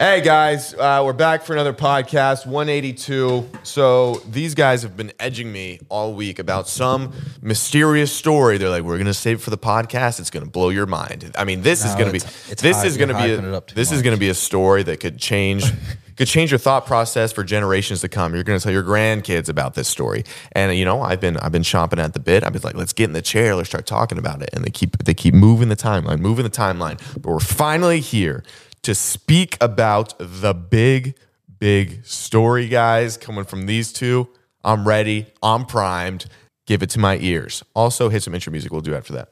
Hey guys, uh, we're back for another podcast, 182. So these guys have been edging me all week about some mysterious story. They're like, "We're gonna save it for the podcast. It's gonna blow your mind." I mean, this is No, gonna be it's- it's this hype. is gonna You're be hyping it a, up too this is much. gonna be a story that could change could change your thought process for generations to come. You're gonna tell your grandkids about this story, and you know, I've been I've been chomping at the bit. I've been like, "Let's get in the chair. Let's start talking about it." And they keep they keep moving the timeline, moving the timeline. But we're finally here to speak about the big, big story, guys, coming from these two. I'm ready. I'm primed. Give it to my ears. Also, hit some intro music. We'll do after that.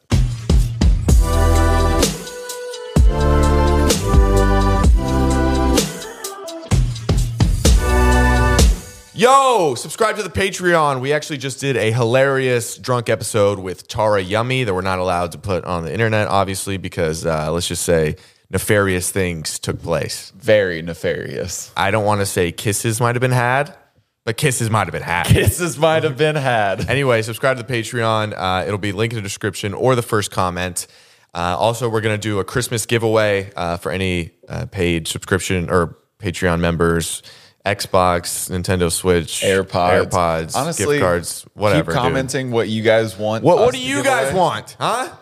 Yo, subscribe to the Patreon. We actually just did a hilarious drunk episode with Tara Yummy that we're not allowed to put on the internet, obviously, because uh, let's just say nefarious things took place. very nefarious. I don't want to say kisses might have been had, but kisses might have been had. Kisses might have been had. Anyway, subscribe to the Patreon. Uh, it'll be linked in the description or the first comment. Uh, also, we're going to do a Christmas giveaway uh, for any uh, paid subscription or Patreon members. Xbox, Nintendo Switch, AirPods, AirPods, honestly, gift cards, whatever. Keep dude. commenting what you guys want. What, us what do to you give guys away. want? Huh? How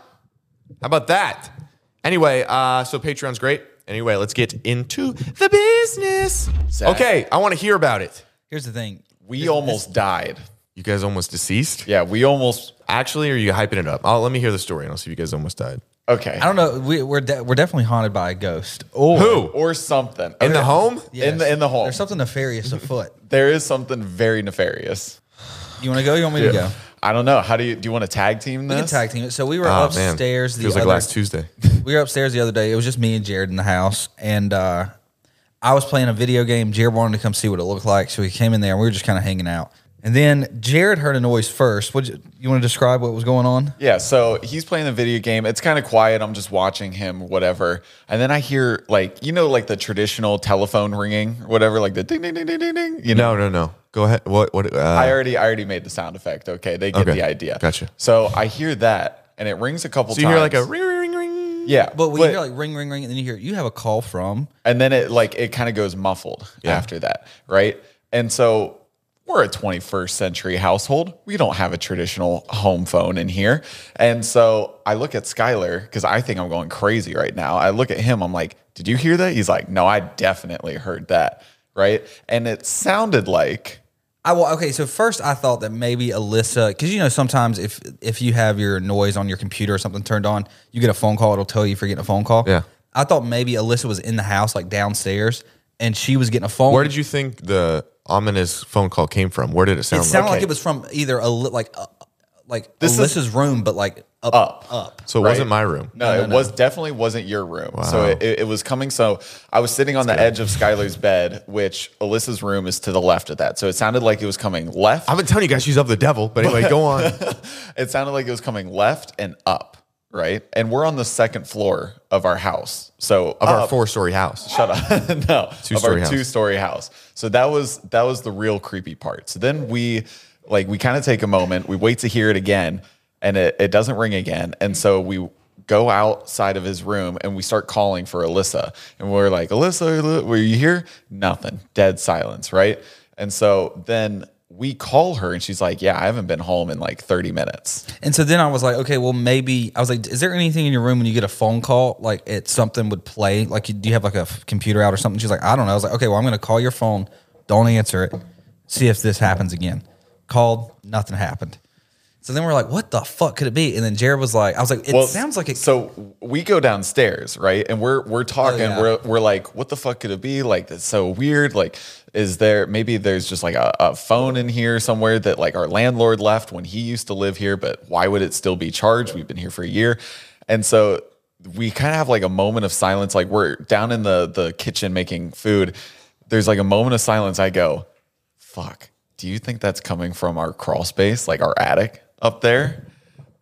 about that? Anyway, uh, so Patreon's great. Anyway, let's get into the business. Zach. Okay, I want to hear about it. Here's the thing. We almost died. You guys almost deceased? Yeah, we almost. Actually, are you hyping it up? I'll, let me hear the story and I'll see if you guys almost died. Okay. I don't know. We, we're de- we're definitely haunted by a ghost. Or Who? Or something In the Okay. home? Yes. In the in the home. There's something nefarious afoot. There is something very nefarious. You want to go? You want me to go? I don't know. How do you do? You want to tag team We this? can tag team it. So we were Oh, man. upstairs the Feels other like last Tuesday. we were upstairs the other day. It was just me and Jared in the house, and uh, I was playing a video game. Jared wanted to come see what it looked like, so he came in there, and we were just kind of hanging out. And then Jared heard a noise first. Would you, you want to describe what was going on? Yeah, so he's playing the video game. It's kind of quiet. I'm just watching him, whatever. And then I hear like you know like the traditional telephone ringing, or whatever, like the ding ding ding ding ding ding. You know, No, no, no. Go ahead. What? What? Uh, I already I already made the sound effect. Okay, they get Okay, the idea. gotcha. So I hear that, and it rings a couple so times. you hear like a ring, ring, ring. yeah, But we hear like ring, ring, ring, and then you hear you have a call from. and then it like it kind of goes muffled Yeah. after that, right? And so we're a 21st century household. We don't have a traditional home phone in here. And so I look at Skylar because I think I'm going crazy right now. I look at him, I'm like, did you hear that? He's like, no, I definitely heard that. Right. And it sounded like I well, okay. So first, I thought that maybe Alyssa, because you know sometimes if if you have your noise on your computer or something turned on, you get a phone call. It'll tell you if you're getting a phone call. Yeah. I thought maybe Alyssa was in the house, like downstairs, and she was getting a phone. Where did you think the ominous phone call came from? Where did it sound it sounded like? like it was from either a li- like uh, like This is- Alyssa's room, but like up, Up. up. So it wasn't my room. No, it was definitely wasn't your room. So it, it, it was coming. So I was sitting on the edge of Skylar's bed, which Alyssa's room is to the left of that. So it sounded like it was coming left. I've been telling you guys she's of the devil, but anyway, go on. It sounded like it was coming left and up, right? And we're on the second floor of our house. So Of our four-story house. shut up. no, of Two-story our house. two-story house. So that was that was the real creepy part. So then we like we kind of take a moment, we wait to hear it again, and it, it doesn't ring again. And so we go outside of his room and we start calling for Alyssa. And we're like, Alyssa, Aly- were you here? Nothing. Dead silence, right? And so then we call her and she's like, Yeah, I haven't been home in like 30 minutes. And so then I was like, okay, well maybe I was like, is there anything in your room when you get a phone call like it something would play? Like, you, do you have like a f- computer out or something? She's like, I don't know. I was like, okay, well I'm gonna call your phone. Don't answer it. See if this happens again. Called, nothing happened. So then we're like, what the fuck could it be? And then Jared was like, I was like, it sounds like it. Oh, So we go downstairs, right? And we're we're talking. yeah. We're we're like, what the fuck could it be? Like that's so weird. Like, is there maybe there's just like a, a phone in here somewhere that like our landlord left when he used to live here? But why would it still be charged? We've been here for a year, and so we kind of have like a moment of silence. Like we're down in the the kitchen making food. There's like a moment of silence. I go, fuck, do you think that's coming from our crawl space, like our attic up there?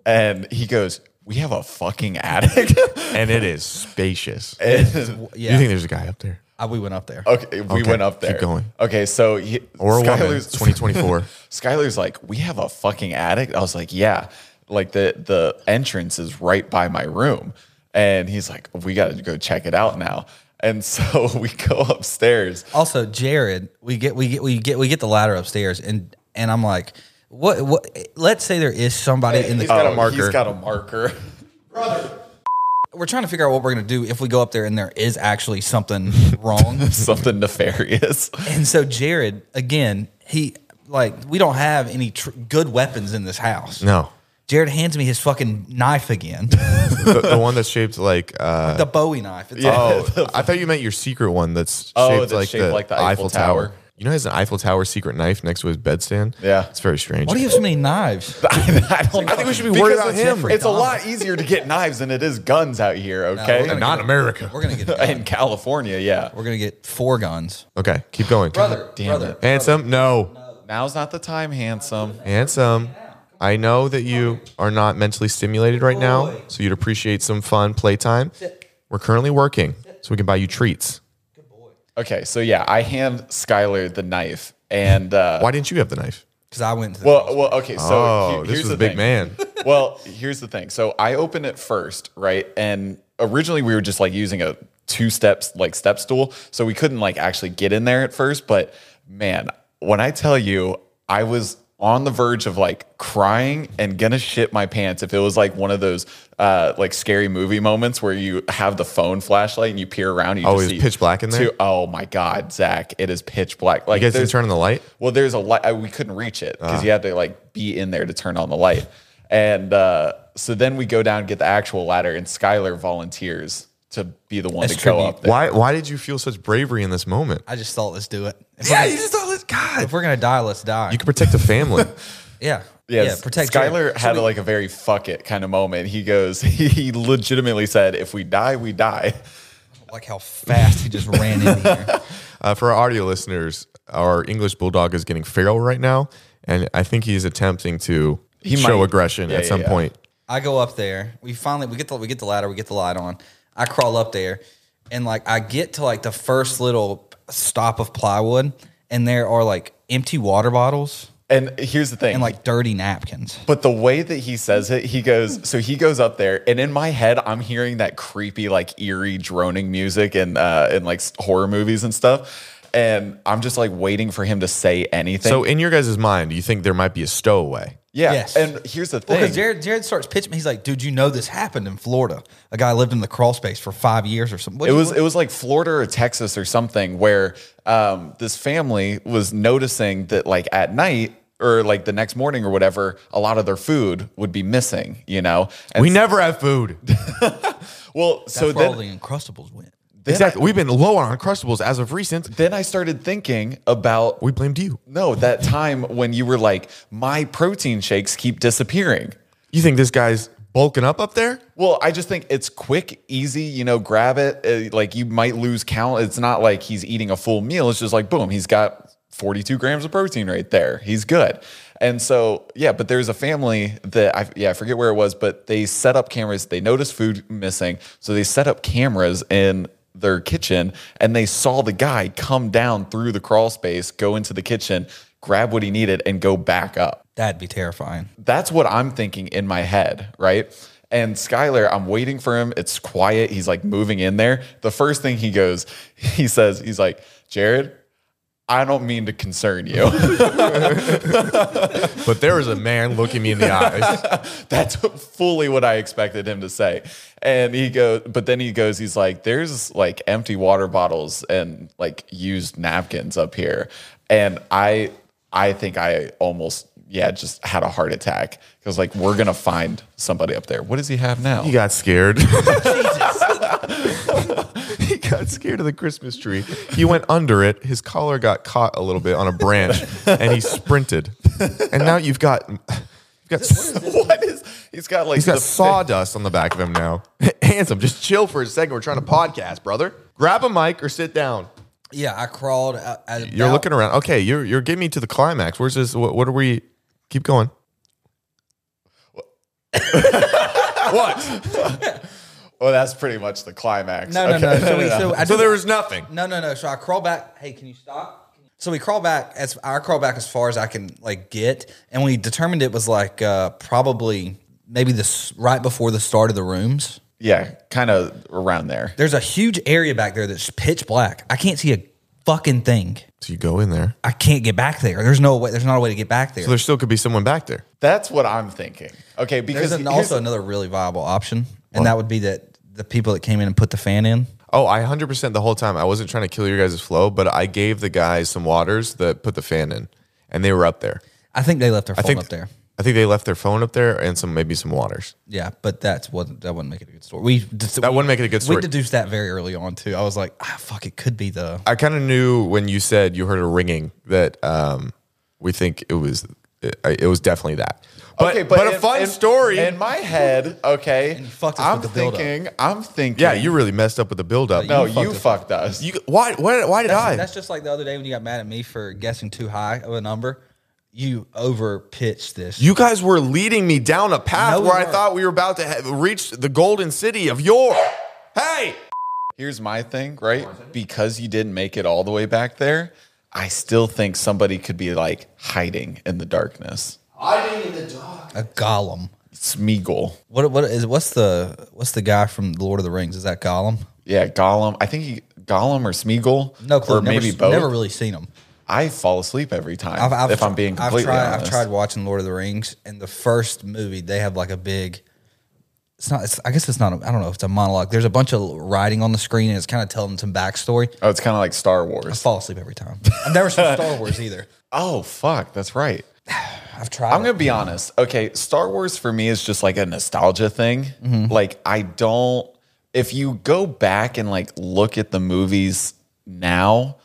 And he goes, we have a fucking attic. And it is spacious. And- You Eh, yeah, think Oh. there's a guy up there? I, we went up there. okay, we Okay, went up there. keep going. Okay, so he, Or a woman, Skylar's- 2024. Skylar's like, we have a fucking attic. I was like, yeah, like the the entrance is right by my room, and he's like, we got to go check it out now. And so we go upstairs. Also, Jared, we get we get we get we get the ladder upstairs, and and I'm like, what what? Let's say there is somebody in the. He's got Oh, a marker. he's He's got got a marker. We're trying to figure out what we're gonna do if we go up there and there is actually something wrong. Something nefarious. and so Jared, again, he like we don't have any tr- good weapons in this house. No, Jared hands me his fucking knife again, the, the one that's shaped like. Uh, the Bowie knife. It's like, oh, I thought you meant your secret one that's Oh, shaped, that's like, shaped the like the Eiffel, Eiffel Tower. Tower. You know, he has an Eiffel Tower secret knife next to his bedstand. Yeah. it's very strange. why do you have so many knives? I, don't know. I think we should be worried Because about it's- him. It's a lot easier to get knives than it is guns out here, okay? we're gonna Not get- America. We're gonna get. a in gun. California, yeah. We're gonna get four guns. okay, keep going. Damn it. handsome? No. Now's not the time, handsome. handsome. I know that you are not mentally stimulated right now, so you'd appreciate some fun playtime. We're currently working, so we can buy you treats. Okay, so yeah, I hand Skylar the knife, and uh, Why didn't you have the knife? Because I went to the well, well, okay. So Oh, he- this here's was the a big thing. man. well, here's the thing. So I open it first, right? And originally we were just like using a two steps like step stool, so we couldn't like actually get in there at first. But man, when I tell you, I was on the verge of like crying and gonna shit my pants if it was like one of those uh like scary movie moments where you have the phone flashlight and you peer around and you Oh, just it was see pitch black in there? two- oh my god zach it is pitch black like You guys didn't there's- turn on the light. well, there's a light. I, we couldn't reach it because Ah. you had to like be in there to turn on the light. And uh, so then we go down and get the actual ladder, and Skylar volunteers to be the one As to tribute. go up there. Why? Why did you feel such bravery in this moment? I just thought let's do it. If, Yeah, you we're, gonna, just thought, let's- God, if we're gonna die, let's die. you can protect a family. yeah, Yes, yeah. Protect Skylar Jared. had like a very fuck it kind of moment. He goes, he legitimately said, "If we die, we die." like how fast he just ran in here. Uh, for our audio listeners, our English bulldog is getting feral right now, and I think he's attempting to show might. aggression Yeah, at yeah, some yeah. point. I go up there. We finally we get the we get the ladder. We get the light on. I crawl up there, and like I get to like the first little stop of plywood, and there are like empty water bottles And here's the thing: and like dirty napkins. But the way that he says it, he goes, so he goes up there, and in my head, I'm hearing that creepy, like eerie droning music and uh in like s- horror movies and stuff. And I'm just like waiting for him to say anything. So, in your guys' mind, you think there might be a stowaway? yeah. Yes. And here's the thing. Because Jared Jared starts pitching me. He's like, "Dude, you know this happened in Florida. A guy lived in the crawl space for five years or something." What it you- was it was like Florida or Texas or something where um, this family was noticing that like at night or like the next morning or whatever, a lot of their food would be missing, you know. And we never have food. well, so that's where all then the Uncrustables went. exactly. We've been low on Uncrustables as of recent. then I started thinking about We blamed you. No, that time when you were like, my protein shakes keep disappearing. You think this guy's bulking up up there? Well, I just think it's quick, easy, you know, grab it. Uh, like you might lose count. It's not like he's eating a full meal. It's just like, boom, he's got 42 grams of protein right there. He's good. And so, yeah, but there's a family that I, yeah, I forget where it was, but they set up cameras. They noticed food missing. So they set up cameras in their kitchen and they saw the guy come down through the crawl space, go into the kitchen, grab what he needed, and go back up That'd be terrifying. that's what I'm thinking in my head, right? And Skylar, I'm waiting for him. It's quiet. He's like moving in there. The first thing he goes, he says, he's like, Jared, I don't mean to concern you. But there was a man looking me in the eyes. That's fully what I expected him to say. And he goes, but then he goes, he's like, there's like empty water bottles and like used napkins up here. And I, I think I almost, yeah, just had a heart attack because like, we're going to find somebody up there. What does he have now? He got scared. he got scared of the Christmas tree. He went under it. His collar got caught a little bit on a branch, and he sprinted. And now you've got you've got what is he's got like he's got the- sawdust on the back of him now. Handsome, just chill for a second. We're trying to podcast, brother. Grab a mic or sit down. Yeah, I crawled. At at You're about- looking around. Okay, you're you're getting me to the climax. Where's this? What, what are we? Keep going. what well oh, that's pretty much the climax No, no, no. So, we, so I So did- there was nothing. No, no, no. So I crawl back. Hey, can you stop? So we crawl back as I crawl back as far as I can like get, and we determined it was like uh, probably maybe this right before the start of the rooms. yeah, kind of around there. There's a huge area back there that's pitch black. I can't see a fucking thing. So you go in there. I can't get back there. There's no way. There's not a way to get back there. So there still could be someone back there. That's what I'm thinking. Okay, because There's an, here's- also another really viable option, and that would be that the people that came in and put the fan in. Oh, I 100% the whole time. I wasn't trying to kill your guys' flow, but I gave the guys some waters that put the fan in, and they were up there. I think they left their phone think- up there. I think they left their phone up there and some maybe some waters. Yeah, but that's wasn't that wouldn't make it a good story. We That wouldn't make it a good we story. deduced that very early on too. I was like, ah, fuck, it could be the I kind of knew when you said you heard a ringing that um, we think it was it, it was definitely that. But, okay, but, a in- fun in- story. in my head. Okay, you fucked us I'm with the buildup. thinking. I'm thinking. yeah, you really messed up with the buildup. No, You fucked you us. fucked us. You, why, why, why did I? That's just like the other day when you got mad at me for guessing too high of a number. You over pitched this. You guys were leading me down a path No, we where I weren't. thought we were about to ha- reach the golden city of yore. Hey, Here's my thing, right? Because you didn't make it all the way back there, I still think somebody could be like hiding in the darkness. a golem. Smeagol. What what is what's the what's the guy from the Lord of the Rings? Is that Gollum? Yeah, Gollum. I think he, Gollum or Smeagol. No clue. Or never, maybe both. Never really seen him. I fall asleep every time if I'm being I've completely tried, honest. I've tried watching Lord of the Rings, and the first movie they have like a big. It's not. It's, I guess it's not. A, I don't know. if It's a monologue. There's a bunch of writing on the screen, and it's kind of telling some backstory. Oh, it's kind of like Star I Wars. fall asleep every time. I've never seen Star Wars either. Oh, fuck. That's right. I've tried. I'm it. going to be honest. Okay. Star Wars for me is just like a nostalgia thing. Like, I don't, if you go back and like look at the movies now,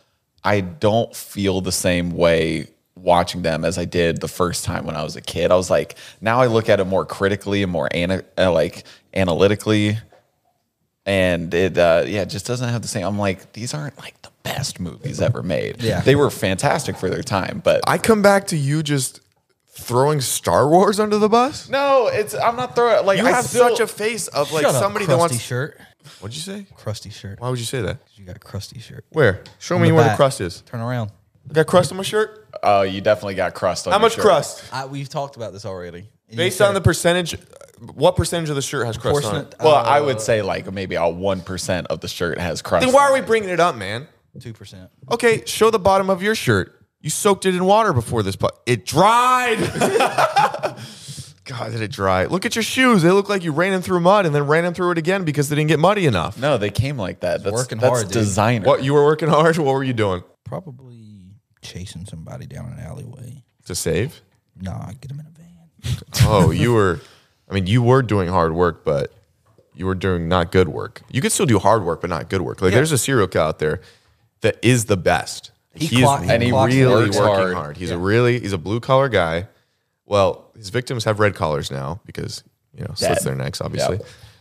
I don't feel the same way watching them as I did the first time when I was a kid. I was like, now I look at it more critically and more ana- uh, like analytically. and it uh, yeah it just doesn't have the same i'm like these aren't like the best movies ever made Yeah. they were fantastic for their time but I come back to you just throwing Star Wars under the bus. no it's i'm not throwing like You I have still- such a face of like Shut up, somebody that wants. crusty shirt. What'd you say? Crusty shirt. Why would you say that? You got a crusty shirt. Where? Show me the where the back. crust is. Turn around. I got crust on my shirt. oh you definitely got crust on How your much shirt. crust? I, we've talked about this already. And you Based said on the percentage, what percentage of the shirt has crust on it? proportionate. well i would say like maybe a 1% of the shirt has crust Then why on are we it. bringing it up, man? two percent. Okay, show the bottom of your shirt. You soaked it in water before this, but it dried. God, did it dry? Look at your shoes. They look like you ran them through mud and then ran them through it again because they didn't get muddy enough. no they came like that that's, working that's hard, dude. designer What you were working hard? What were you doing Probably chasing somebody down an alleyway. to save? Nah, get him in a van. Oh, you were. I mean, you were doing hard work, but you were doing not good work. You could still do hard work, but not good work. Like there's a serial killer out there that is the best. He, clock- and and he he clocks really works working hard. hard. He's a really he's a blue collar guy. Well, his victims have red collars now because you know slits Dead. their necks, obviously.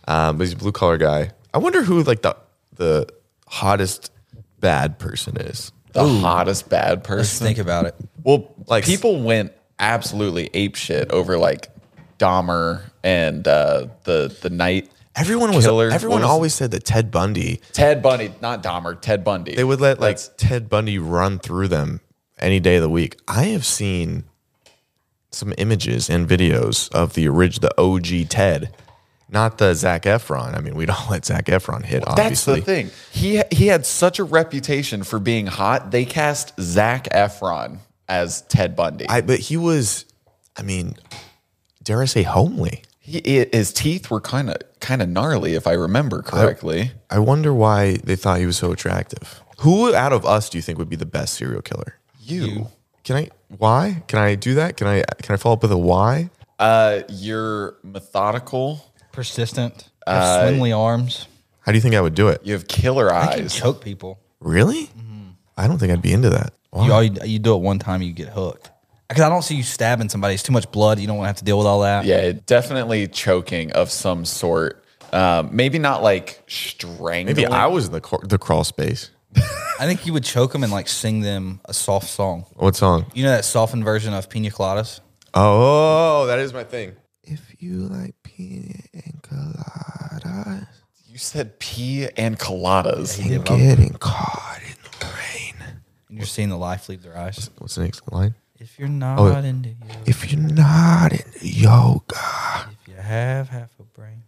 Um, but he's a blue collar guy. I wonder who like the the hottest bad person is. the hottest bad Let's person think about it. Well, like people went absolutely ape shit over like Dahmer and uh, the the night Everyone was Killer. everyone What was- always said that Ted Bundy. Ted Bundy, not Dahmer, Ted Bundy. They would let like That's- Ted Bundy run through them any day of the week. I have seen some images and videos of the original, the OG Ted, not the Zach Efron. I mean, we don't let Zach Efron hit. that's Obviously, the thing. He he had such a reputation for being hot. They cast Zach Efron as Ted Bundy. I but he was, I mean, dare I say, homely. he, i his teeth were kind of kind of gnarly, if I remember correctly. I wonder why they thought he was so attractive. Who out of us do you think would be the best serial killer? you. Can I? Why? Can I do that? Can I? Can I follow up with a why? Uh, you're methodical. Persistent. Uh, Have swingly arms. How do you think I would do it? You have killer I can eyes. choke people. Really? I don't think I'd be into that. Why? You, all you, you do it one time, you get hooked. Because I don't see you stabbing somebody. It's too much blood. You don't want to have to deal with all that. Yeah, it- definitely choking of some sort. Um, maybe not like strangling. Maybe I was in the cor- the crawl space. I think you would choke them and like sing them a soft song. What song? You know that softened version of Pina Coladas? Oh, that is my thing. If you like pina and coladas, You said pee and coladas. you're getting caught in the rain. And you're seeing the life leave their eyes. What's the next line? If Oh, you're not into you, If you're not into yoga, if you have half a brain.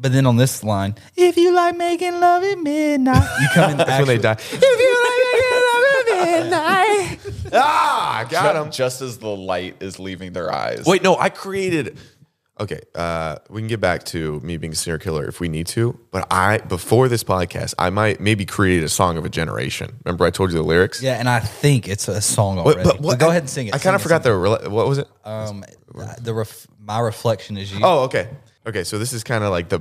But then on this line, if you like making love at midnight, you come in. That's when they die. If you like making love at midnight. Ah, got him. Just as the light is leaving their eyes. Wait, no, I created. Okay, uh, we can get back to me being a serial killer if we need to. But I, before this podcast, I might maybe create a song of a generation. Remember, I told you the lyrics. Yeah, and I think it's a song But, already. but But, what- go ahead and sing it. I kind of Sing it, forgot the rela- what was it? sing it. Um, the ref, my reflection is you. Oh, okay. Okay, so this is kind of like the.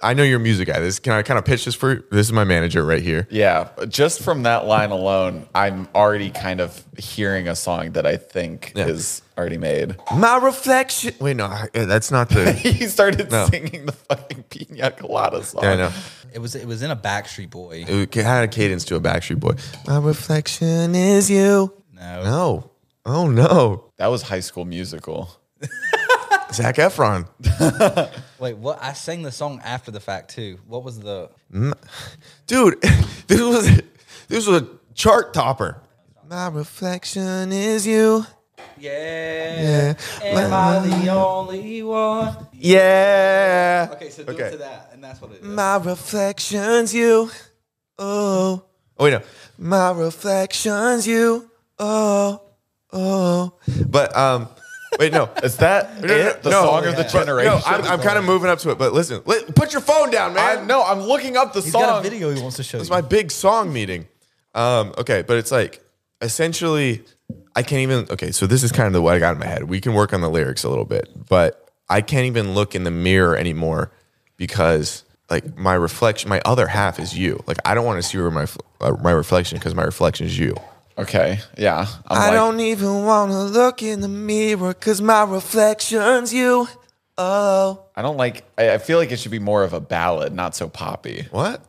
I know you're a music guy. This can I kind of pitch this for? This is my manager right here. Yeah, just from that line alone, I'm already kind of hearing a song that I think Yeah. is already made. My reflection. Wait, no, I- that's not the. He started No. singing the fucking Pina Colada song. Yeah, I know. It was it was in a Backstreet Boy. It had a cadence to a Backstreet Boy. My reflection is you. No. No. Oh no. That was High School Musical. Zach Efron. Wait, what? I sang the song after the fact too. What was the? dude, this was this was a chart topper. My reflection is you. Yeah. Yeah. Am I the only one? Yeah. Okay, so do Okay. it to that, and that's what it is. My reflection's you. Oh. Oh wait no. My reflection's you. Oh. Oh. But um wait no. Is that it? The song of the but- generation? No, I'm, I'm kind of moving up to it, but listen, li- put your phone down, man. I'm- no, I'm looking up the He's song. got a video he wants to show. It's You. my big song meeting. Um, okay, but it's like essentially, I can't even. Okay, so this is kind of the way I got in my head. We can work on the lyrics a little bit, but I can't even look in the mirror anymore because like my reflection, my other half is you. Like I don't want to see where my f- uh, my reflection because my reflection is you. Okay, yeah. I'm I like, don't even want to look in the mirror because my reflection's you. Oh, I don't like. I, I feel like it should be more of a ballad, not so poppy. what?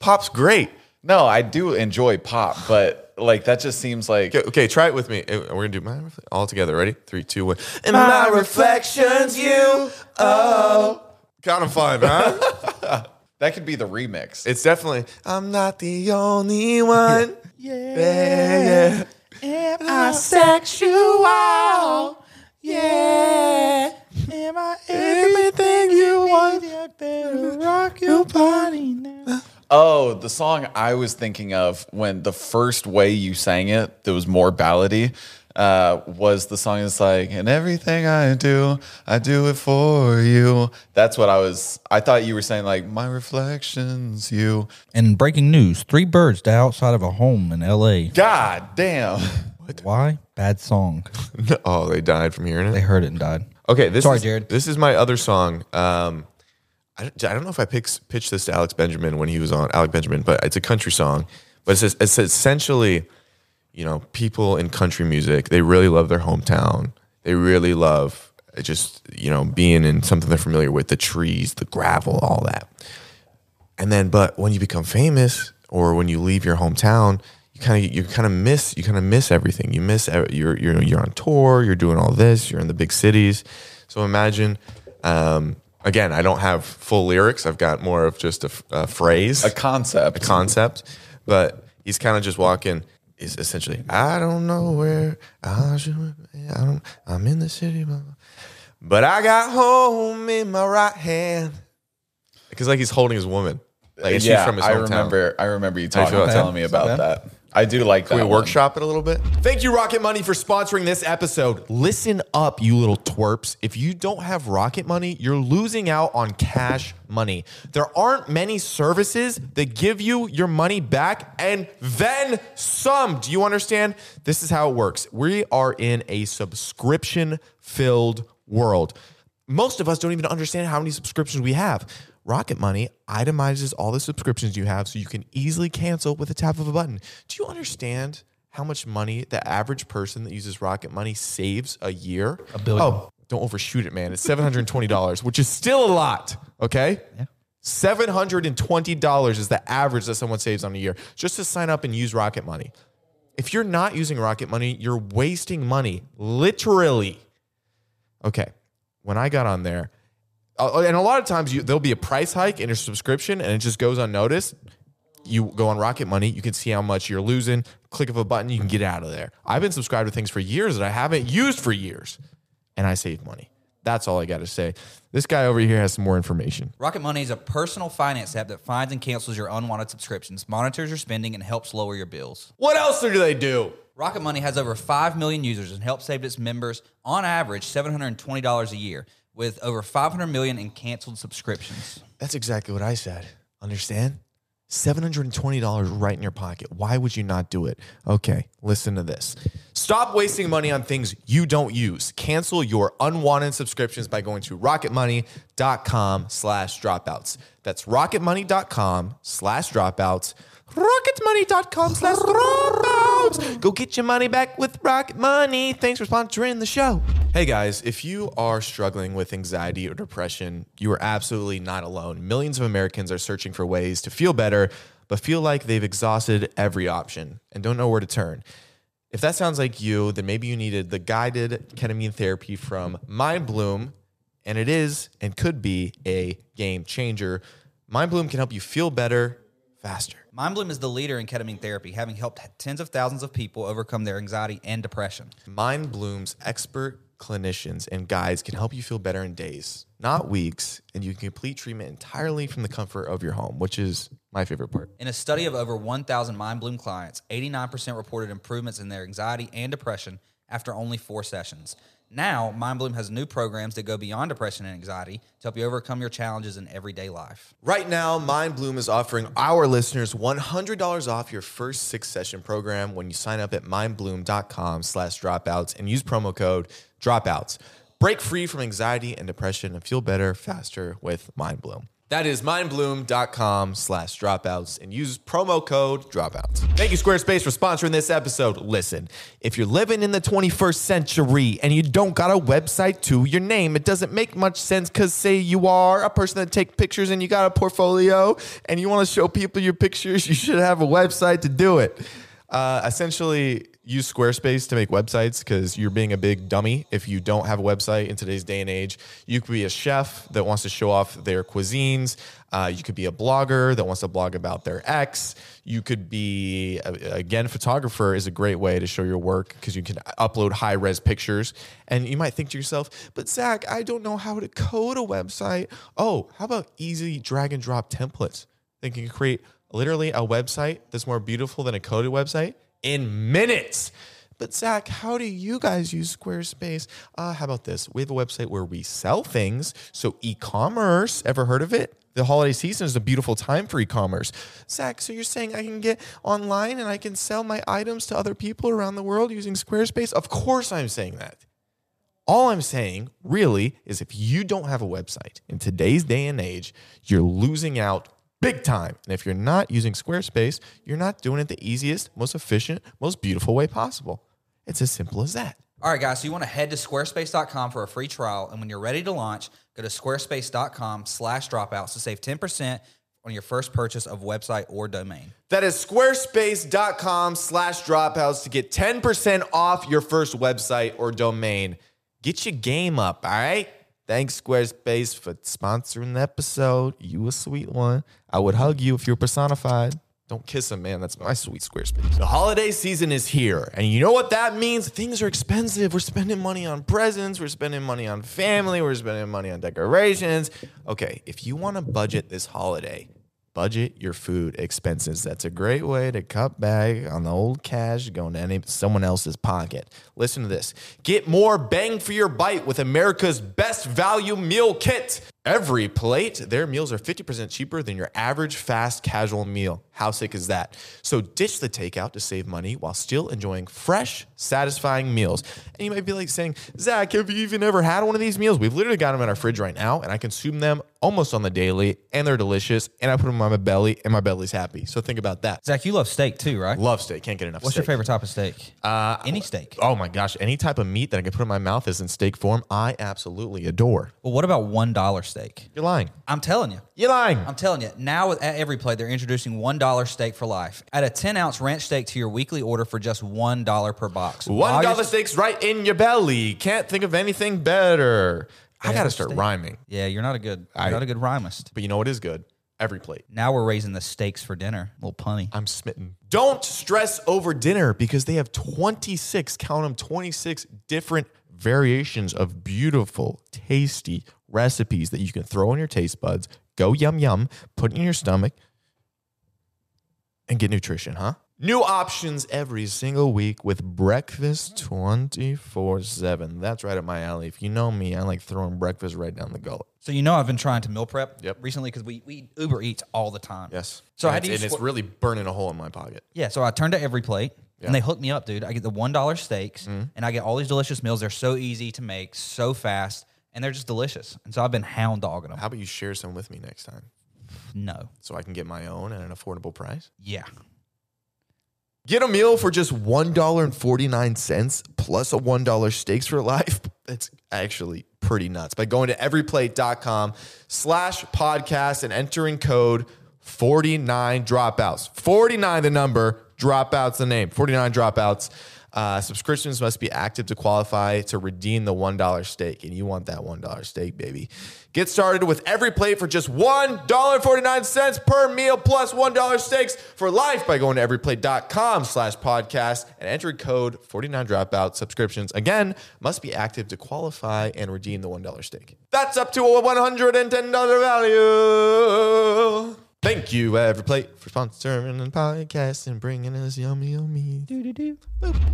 Pop's great. No, I do enjoy pop, but like that just seems like Okay, okay, try it with me. Uh, We're gonna do my refle- all together. Ready? Three, two, one. And my reflections, you. Oh, kind of fun, huh? that could be the remix. it's definitely. I'm not the only one. yeah, yeah. Am I sexual? Yeah. Am I everything you want? rock your body now. Oh, the song I was thinking of when the first way you sang it, that was more ballady, uh, was the song that's like, and everything I do, I do it for you. That's what I was, I thought you were saying, like, my reflections, you. And breaking news: three birds die outside of a home in L.A. God damn. Why? Bad song. Oh, they died from hearing it. They heard it and died. Okay, this Sorry, is, Jared. This is my other song. Um, I, don't- I don't know if I picked, pitched this to Alex Benjamin when he was on Alec Benjamin, but it's a country song. But it's, just, it's essentially, you know, people in country music they really love their hometown. They really love just you know being in something they're familiar with, the trees, the gravel, all that. And then, but when you become famous or when you leave your hometown, you kind of you kind of miss you kind of miss everything. You miss ev- you're you're you're on tour. You're doing all this. You're in the big cities. So imagine. Um, again, I don't have full lyrics. I've got more of just a, f- a phrase, A concept. concept. But he's kind of just walking. Is essentially, I don't know where I should. I don't. I'm in the city, blah, blah. but I got home in my right hand. Because like he's holding his woman. Like she's yeah, from his I hometown. remember, I remember you you talking, feel about telling that? me about that. I do like that. Can we one. workshop it a little bit? Thank you, Rocket Money, for sponsoring this episode. Listen up, you little twerps. If you don't have Rocket Money, you're losing out on cash money. There aren't many services that give you your money back and then some. Do you understand? This is how it works. We are in a subscription filled world most of us don't even understand how many subscriptions we have. Rocket Money itemizes all the subscriptions you have so you can easily cancel with a tap of a button. Do you understand how much money the average person that uses Rocket Money saves a year? A billion. Oh, don't overshoot it, man. It's $720, which is still a lot, okay? Yeah. $720 is the average that someone saves on a year just to sign up and use Rocket Money. If you're not using Rocket Money, you're wasting money, literally okay, when I got on there, uh, and a lot of times you, there'll be a price hike in your subscription and it just goes unnoticed. You go on Rocket Money, you can see how much you're losing. Click of a button, you can get out of there. I've been subscribed to things for years that I haven't used for years, and I save money. That's all I got to say. This guy over here has some more information. Rocket Money is a personal finance app that finds and cancels your unwanted subscriptions, monitors your spending, and helps lower your bills. What else do they do? Rocket Money has over 5 million users and helps save its members on average $720 a year with over 500 million in canceled subscriptions. That's exactly what I said. Understand? $720 right in your pocket. Why would you not do it? Okay, listen to this. Stop wasting money on things you don't use. Cancel your unwanted subscriptions by going to rocketmoney.com slash dropouts. That's rocketmoney.com slash dropouts. Rocketmoney.com slash dropouts. Go get your money back with Rocket Money. Thanks for sponsoring the show. Hey guys, if you are struggling with anxiety or depression, you are absolutely not alone. Millions of Americans are searching for ways to feel better, but feel like they've exhausted every option and don't know where to turn. If that sounds like you, then maybe you needed the guided ketamine therapy from Mind Bloom, and it is and could be a game changer. Mind Bloom can help you feel better faster. MindBloom is the leader in ketamine therapy, having helped tens of thousands of people overcome their anxiety and depression. Mind Bloom's expert clinicians and guides can help you feel better in days, not weeks, and you can complete treatment entirely from the comfort of your home, which is my favorite part. In a study of over 1,000 MindBloom clients, 89% reported improvements in their anxiety and depression after only four sessions. Now, MindBloom has new programs that go beyond depression and anxiety to help you overcome your challenges in everyday life. Right now, MindBloom is offering our listeners $100 off your first six session program when you sign up at mindbloom.com slash dropouts and use promo code dropouts. Break free from anxiety and depression and feel better faster with MindBloom. That is mindbloom.com slash dropouts and use promo code dropouts. Thank you, Squarespace, for sponsoring this episode. Listen, if you're living in the 21st century and you don't got a website to your name, it doesn't make much sense because say you are a person that take pictures and you got a portfolio and you want to show people your pictures, you should have a website to do it. Uh, essentially, use Squarespace to make websites because you're being a big dummy if you don't have a website in today's day and age. You could be a chef that wants to show off their cuisines. Uh, you could be a blogger that wants to blog about their ex. You could be, uh, again, photographer is a great way to show your work because you can upload high res pictures. And you might think to yourself, but Zach, I don't know how to code a website. Oh, how about easy drag and drop templates? They can create literally a website that's more beautiful than a coded website in minutes. But Zach, how do you guys use Squarespace? Uh, how about this? We have a website where we sell things. So e-commerce, ever heard of it? The holiday season is a beautiful time for e-commerce. Zach, so you're saying I can get online and I can sell my items to other people around the world using Squarespace? Of course I'm saying that. All I'm saying really is if you don't have a website in today's day and age, you're losing out big time. And if you're not using Squarespace, you're not doing it the easiest, most efficient, most beautiful way possible. It's as simple as that. All right, guys, so you want to head to squarespace.com for a free trial. And when you're ready to launch, go to squarespace.com slash dropouts to save 10% on your first purchase of website or domain. That is squarespace.com slash dropouts to get 10% off your first website or domain. Get your game up, all right? Thanks, Squarespace, for sponsoring the episode. You a sweet one. I would hug you if you're personified. Don't kiss him, man. That's my sweet Squarespace. The holiday season is here. And you know what that means? Things are expensive. We're spending money on presents. We're spending money on family. We're spending money on decorations. Okay, if you want to budget this holiday, budget your food expenses. That's a great way to cut back on the old cash going to any, someone else's pocket. Listen to this. Get more bang for your bite with America's best value meal kit. Every plate, their meals are 50% cheaper than your average fast casual meal. How sick is that? So ditch the takeout to save money while still enjoying fresh, satisfying meals. And you might be like saying, Zach, have you even ever had one of these meals? We've literally got them in our fridge right now, and I consume them almost on the daily, and they're delicious, and I put them on my belly, and my belly's happy. So think about that. Zach, you love steak too, right? Love steak. Can't get enough What's your steak. favorite type of steak? Uh, Any steak. Oh my gosh, any type of meat that I can put in my mouth is in steak form. I absolutely adore. Well, what about $1 steak? You're lying. I'm telling you. You're lying. I'm telling you, now with- at every play, they're introducing $1 steak for life. Add a 10 ounce ranch steak to your weekly order for just $1 per box. One While you're- dollar steaks right in your belly. Can't think of anything better. I gotta start steak. rhyming. Yeah, you're not a good, you're I- not a good rhymist. But you know what is good? Every plate. Now we're raising the stakes for dinner. little punny. I'm smitten. Don't stress over dinner because they have 26, count them, 26 different variations of beautiful, tasty recipes that you can throw in your taste buds, go yum yum, put in your stomach, and get nutrition, huh? New options every single week with breakfast 24 7. That's right up my alley. If you know me, I like throwing breakfast right down the gullet. So you know I've been trying to meal prep Yep. recently because we, we eat Uber Eats all the time. Yes. So and how it's, do you and it's squ- really burning a hole in my pocket. Yeah, so I turn to every plate Yeah. and they hook me up, dude. I get the one dollar steaks Mm-hmm. and I get all these delicious meals. They're so easy to make, so fast, and they're just delicious. And so I've been hound dogging them. How about you share some with me next time No, so I can get my own at an affordable price? yeah, Get a meal for just $1.49 plus a $1 steaks for life. That's actually pretty nuts. By going to everyplate.com slash podcast and entering code 49 dropouts. 49 the number, dropouts the name. 49 dropouts. Uh, subscriptions must be active to qualify to redeem the $1 steak, and you want that $1 steak, baby. Get started with every plate for just $1.49 per meal plus $1 steaks for life by going to everyplate.com slash podcast and enter code 49dropout subscriptions. Again, must be active to qualify and redeem the $1 steak. That's up to a $110 value. Thank you, Everyplate, for sponsoring the podcast and bringing us yummy, yummy.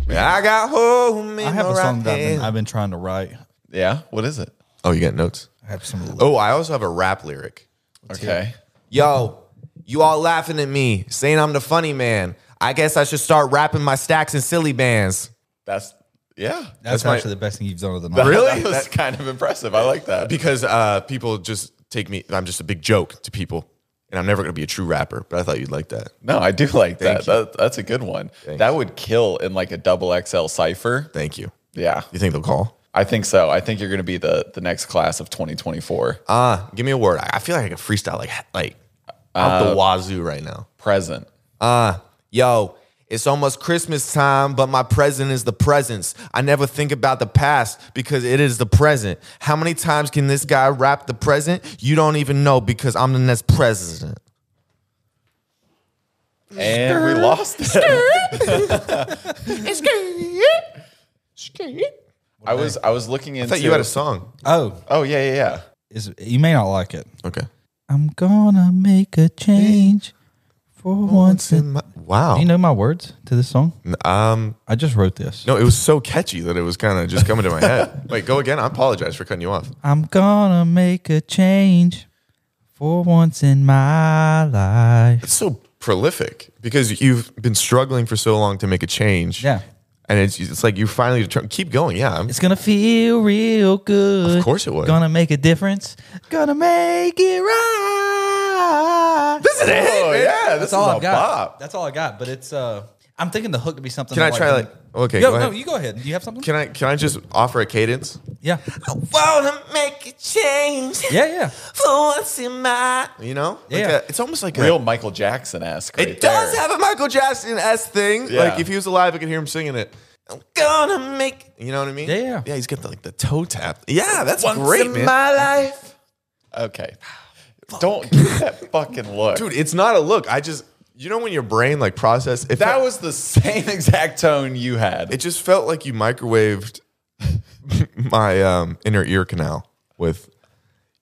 I got home in I have a my song that I've right been, hand. I've been trying to write. Yeah. What is it? Oh, you got notes? I have some. Oh, I also have a rap lyric. Okay. Yo, you all laughing at me, saying I'm the funny man. I guess I should start rapping my stacks and silly bands. That's yeah. that's that's my- actually the best thing you've done with the night. Really? That was kind of impressive. I like that. Because uh, people just take me, I'm just a big joke to people, and I'm never gonna be a true rapper, but I thought you'd like that. No, I do like that. you. that. That's a good one. that would kill in like a double XL cipher. Thank you. Yeah, You think they'll call? I think so. I think you're going to be the the next class of 2024. Ah, give me a word. I I feel like I can freestyle like, like out the wazoo right now. Present. Yo, it's almost Christmas time, but my present is the presence. I never think about the past because it is the present. How many times can this guy rap the present? You don't even know because I'm the next president. And we lost it. I was I was looking into. I thought you had a song. Oh, Oh yeah yeah yeah. is you may not like it. Okay. I'm gonna make a change for once. In, wow. do you know my words to this song? um, I just wrote this. no, it was so catchy that it was kind of just coming to my head. Wait, go again. I apologize for cutting you off. I'm gonna make a change for once in my life. It's so prolific because you've been struggling for so long to make a change. Yeah. And it's, it's like you finally determined, keep going. Yeah. I'm- It's gonna feel real good. Of course it would. Gonna make a difference. Gonna make it right. this is it. Oh man. yeah, this That's all is a I've got. bop. That's all I got. But it's uh, I'm thinking the hook to be something. Can I try like oh, okay? Yo, go no, ahead. you go ahead. Do you have something? Can I can I just offer a cadence? yeah, I wanna make a change yeah, yeah. for what's in my. You know, Like Yeah. a- it's almost like Real A, Michael Jackson esque. Right it does there. have a Michael Jackson s thing. Yeah. Like if he was alive, I could hear him singing it. I'm gonna make. You know what I mean? Yeah, yeah. yeah. He's got the, like the toe tap. Yeah, that's Once great, in man. my life. Okay. Don't give that fucking look. Dude, it's not a look. I just you know when your brain like process. If that was the same exact tone you had. It just felt like you microwaved my um, inner ear canal with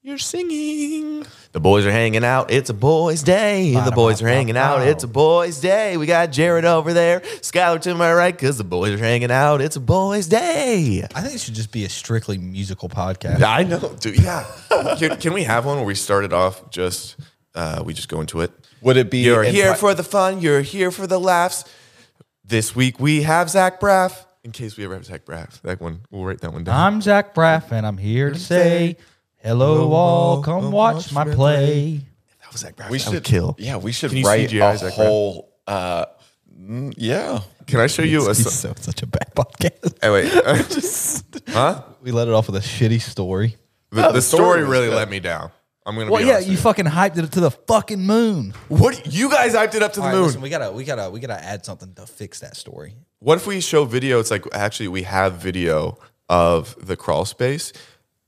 you're singing. The boys are hanging out. It's a boys' day. The boys are hanging out. It's a boys' day. We got Jared over there, Skylar to my right, because the boys are hanging out. It's a boys' day. I think it should just be a strictly musical podcast. I know, dude. Yeah. can, can we have one where we started off just uh, we just go into it? Would it be You're in here pri- for the fun. You're here for the laughs. This week we have Zach Braff. In case we ever have Zach Braff, that one we'll write that one down. I'm Zach Braff, and I'm here to say hello, Hello, all. all. Come, Come watch, watch my me play. that was Zach Braff. We That should would kill. Yeah, we should Can you write CGI a Zach Braff? whole. Uh, mm, yeah, Can I show you a? He's So- so such a bad podcast. oh, wait, huh? we let it off with a shitty story. The, the the story story was really good. let me down. I'm gonna Well, be yeah, honest. you fucking hyped it to the fucking moon. what you guys hyped it up to the moon? we gotta, we gotta, we gotta add something to fix that story. What if we show video? It's like actually we have video of the crawl space,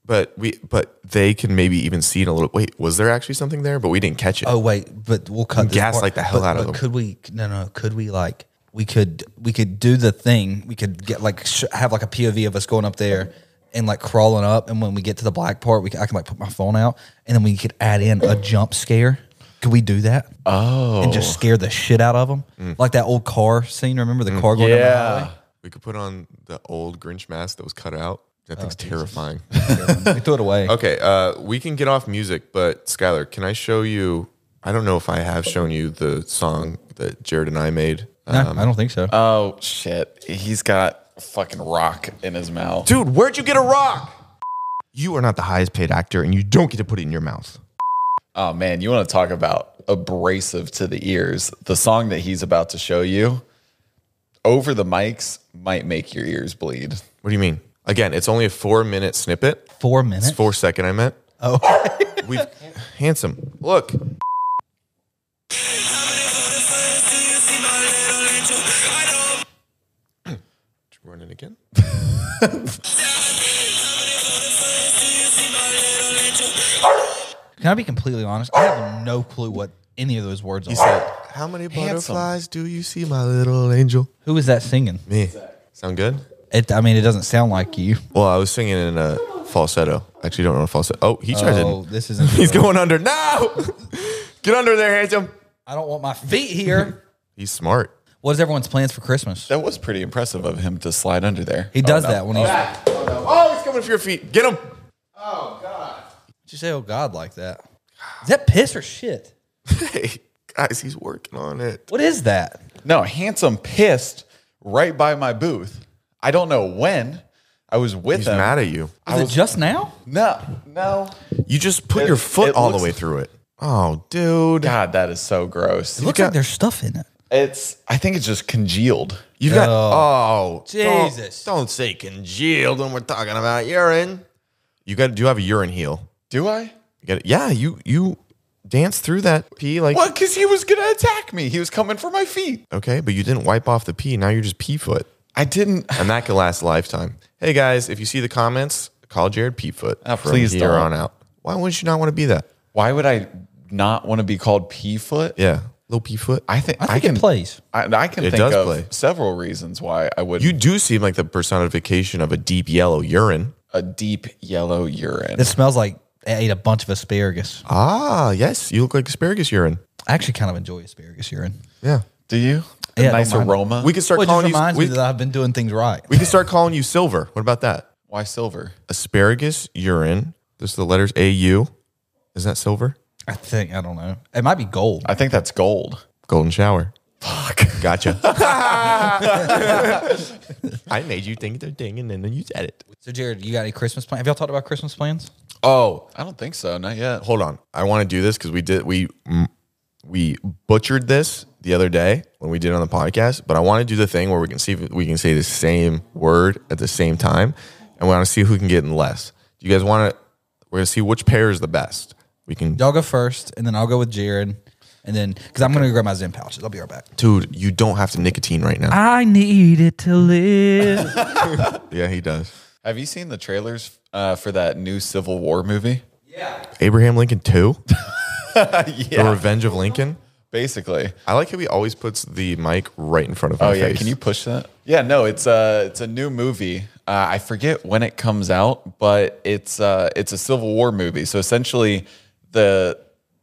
but we but they can maybe even see it a little. Wait, was there actually something there? But we didn't catch it. Oh wait, Oh, but we'll cut. this Gaslight part. the hell But- out of but them. Could we? No, no. Could we like we could we could do the thing. We could get like sh- have like a POV of us going up there and like crawling up. And when we get to the black part, we c- I can like put my phone out, and then we could add in a jump scare. Could we do that? Oh, and just scare the shit out of them, Mm. like that old car scene. Remember the car going down the highway? We could put on the old Grinch mask that was cut out. That thing's terrifying. we threw it away. okay, uh, we can get off music, but Skylar, can I show you? I don't know if I have shown you the song that Jared and I made. No, I don't think so. uh, Oh shit. He's got fucking rock in his mouth. Dude, where'd you get a rock? You are not the highest paid actor, and you don't get to put it in your mouth. Oh man, you want to talk about abrasive to the ears. The song that he's about to show you over the mics might make your ears bleed. What do you mean? Again, it's only a four-minute snippet. Four minutes. It's four second. I meant. Oh. We've handsome. Look. Run it again. Can I be completely honest? I have no clue what any of those words are. He said, "How many Handsome. butterflies do you see, my little angel?" Who is that singing? Me. Sound good? It, I mean, it doesn't sound like you. Well, I was singing in a falsetto. Actually, don't know a falsetto. Oh, he tried Oh, it. this isn't. He's going under. No, get under there, handsome. I don't want my feet here. He's smart. what is everyone's plans for Christmas? That was pretty impressive of him to slide under there. He does that when he's. Oh, he's coming for your feet. Get him. Did you say, "Oh God," like that? Is that piss or shit? Hey, guys, he's working on it. What is that? No, handsome pissed right by my booth. I don't know when. I was with He's him. mad at you. Was it just now? No, no. You just put It- your foot it all the looks- way through it. Oh, dude. God, that is so gross. It looks like there's stuff in it. It's I think it's just congealed. You've got oh don't- Jesus. Don't, say congealed when we're talking about urine. You got do you have a urine heel? Do I? You got yeah. You you dance through that pee like What? Because he was gonna attack me. He was coming for my feet. okay, but you didn't wipe off the pee. Now you're just pee foot, I didn't. and that could last a lifetime. Hey guys, if you see the comments, call Jared pee foot Oh, from please here don't. on out. Why wouldn't you not want to be that? Why would I not want to be called pea foot? Yeah, little pee foot. I think I, I think can it plays. I, I can It think does of play. several reasons why I would you do seem like the personification of a deep yellow urine. a deep yellow urine. It smells like I ate a bunch of asparagus. Ah, yes, you look like asparagus urine. I actually kind of enjoy asparagus urine. Yeah, do you? A Yeah, I nice don't mind. aroma. we could start Well, it just calling you. reminds we- me that I've been doing things right. We can start calling you Silver. What about that? why silver? Asparagus urine. This is the letters A U. Is that silver? I think I don't know. It might be gold. I think that's gold. Golden shower. Fuck. Gotcha. I made you think the thing and then you said it. So Jared, you got any Christmas plans? Have y'all talked about Christmas plans? Oh, I don't think so. Not yet. hold on. I want to do this because we did we mm, we butchered this the other day when we did it on the podcast. But I want to do the thing where we can see if we can say the same word at the same time, and we want to see who can get in less. Do you guys want to? We're gonna see which pair is the best. We can Y'all go first, and then I'll go with Jared, and then because I'm gonna go grab my Zen pouches. I'll be right back. Dude, you don't have to nicotine right now. I needed to live. Yeah, he does. Have you seen the trailers uh, for that new Civil War movie? Abraham Lincoln 2? The Revenge of Lincoln? Basically. I like how he always puts the mic right in front of my Oh yeah, face. can you push that? Yeah, no, it's a it's a new movie. Uh, I forget when it comes out, but it's uh, it's a Civil War movie. So essentially, the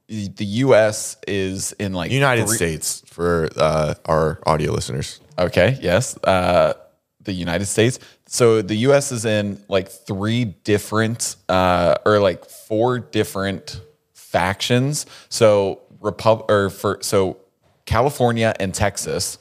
the U.S. is in like United three- States for uh, our audio listeners. Okay, yes, uh, the United States. So the U.S. is in like three different uh, or like four different factions. So Repub or for so California and Texas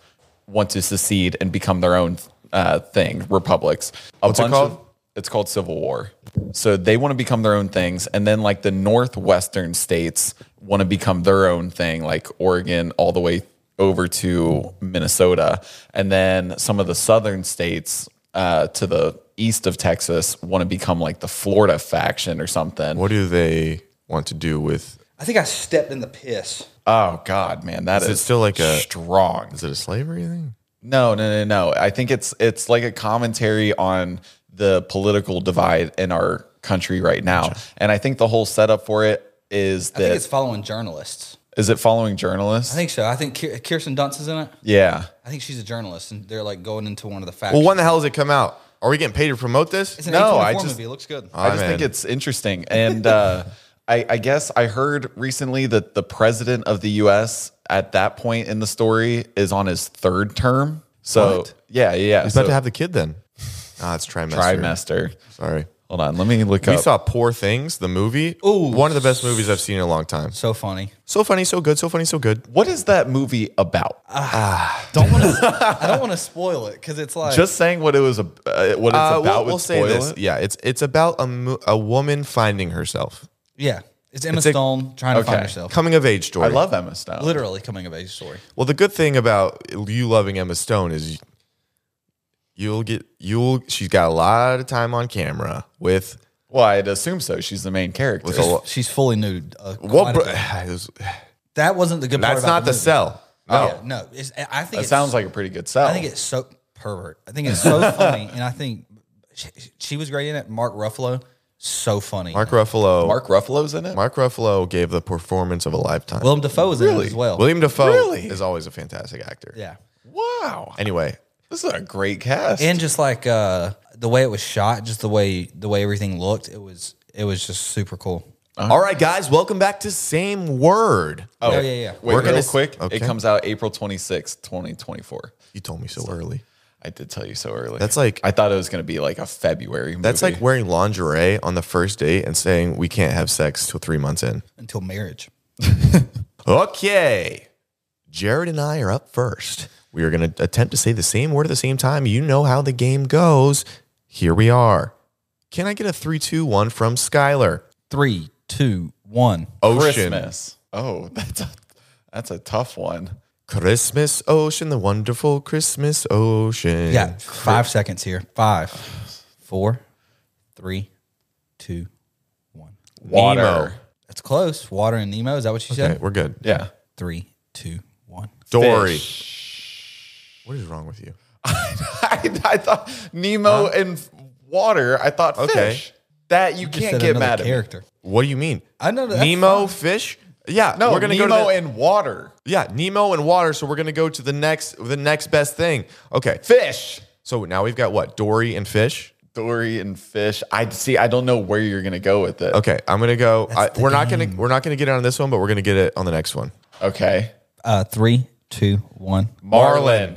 want to secede and become their own uh, thing, republics. A What's it bunch called? Of, it's called Civil War. So they want to become their own things, and then like the northwestern states want to become their own thing, like Oregon all the way over to Minnesota, and then some of the southern states uh, to the east of Texas want to become like the Florida faction or something. What do they want to do with? I think I stepped in the piss. Oh God, man, that is, it still like a- strong. Is it a slavery thing? No, no, no, no. I think it's it's like a commentary on the political divide in our country right now, and I think the whole setup for it is I think that it's following journalists. Is it following journalists? I think so. I think Kier- Kirsten Dunst is in it. yeah. I think she's a journalist, and they're like going into one of the Well, factions. when the hell does it come out? Are we getting paid to promote this? it's an No, A24 I just- movie. It looks good. I just man. think it's interesting. And uh, I, I guess I heard recently that the president of the US at that point in the story is on his third term. So, What? yeah, yeah. He's so about to have the kid then. Ah, it's trimester. trimester. Sorry. Hold on. Let me look We up. saw Poor Things, the movie. Ooh. One of the best movies I've seen in a long time. So funny. So funny, so good, so funny, so good. what is that movie about? Don't want to. I don't want to spoil it because it's like Just saying what it was ab- uh, what it's Uh, about we'll, would we'll say spoil this. it. Yeah, it's it's about a, mo- a woman finding herself, yeah, it's Emma a- Stone trying to find Okay. herself. coming of age story. I love Emma Stone. Literally coming of age story. Well, the good thing about you loving Emma Stone is you'll get you'll. She's got a lot of time on camera with Well, I'd assume so. She's the main character. with a lo- She's fully nude. Uh, what. what? Bro- it was- that wasn't the good part. that's not about the movie. Oh, sell. No, no. It's, I think That it's- sounds like a pretty good sell. I think it's so pervert. I think it's so funny, and I think she, she was great in it. Mark Ruffalo, so funny. Mark Ruffalo. Mark Ruffalo's in it. Mark Ruffalo gave the performance of a lifetime. Willem Dafoe was in it as well. William Defoe Really? is always a fantastic actor. yeah, wow. Anyway, This is a great cast. and just like uh, the way it was shot, just the way the way everything looked, it was it was just super cool. all right, guys, welcome back to Same Word. Oh, Yeah, yeah, yeah. Wait, We're real gonna s- quick. okay. It comes out April 26th, 2024. You told me so early. I did tell you so early. That's like- I thought it was going to be like a February movie. That's like wearing lingerie on the first date and saying we can't have sex till three months in. Until marriage, Okay. Jared and I are up first. We are going to attempt to say the same word at the same time. You know how the game goes. Here we are. Can I get a three, two, one from Skylar? three, two, one. Ocean. Christmas. Oh, that's a, that's a tough one. Christmas ocean, the wonderful Christmas ocean. Yeah, five seconds here. Five, four, three, two, one. Water. Nemo. That's close. Water and Nemo. Is that what you Okay, said? we're good. Yeah. Three, two, one. Dory. Fish. What is wrong with you? I, I thought Nemo and water. I thought Okay. fish. That you, Just can't said get another mad at. me. character. What do you mean? I know that- that's Nemo, fine. fish. Yeah, No, we're gonna Nemo go to the- and water. yeah Nemo and water. So we're gonna go to the next the next best thing. Okay, Fish. so now we've got what Dory and fish. Dory and fish. I see. I don't know where you're going to go with it. Okay, I'm gonna go. I, we're not gonna we're not gonna get it on this one, but we're gonna get it on the next one. Okay. Uh, three, two, one. Marlin.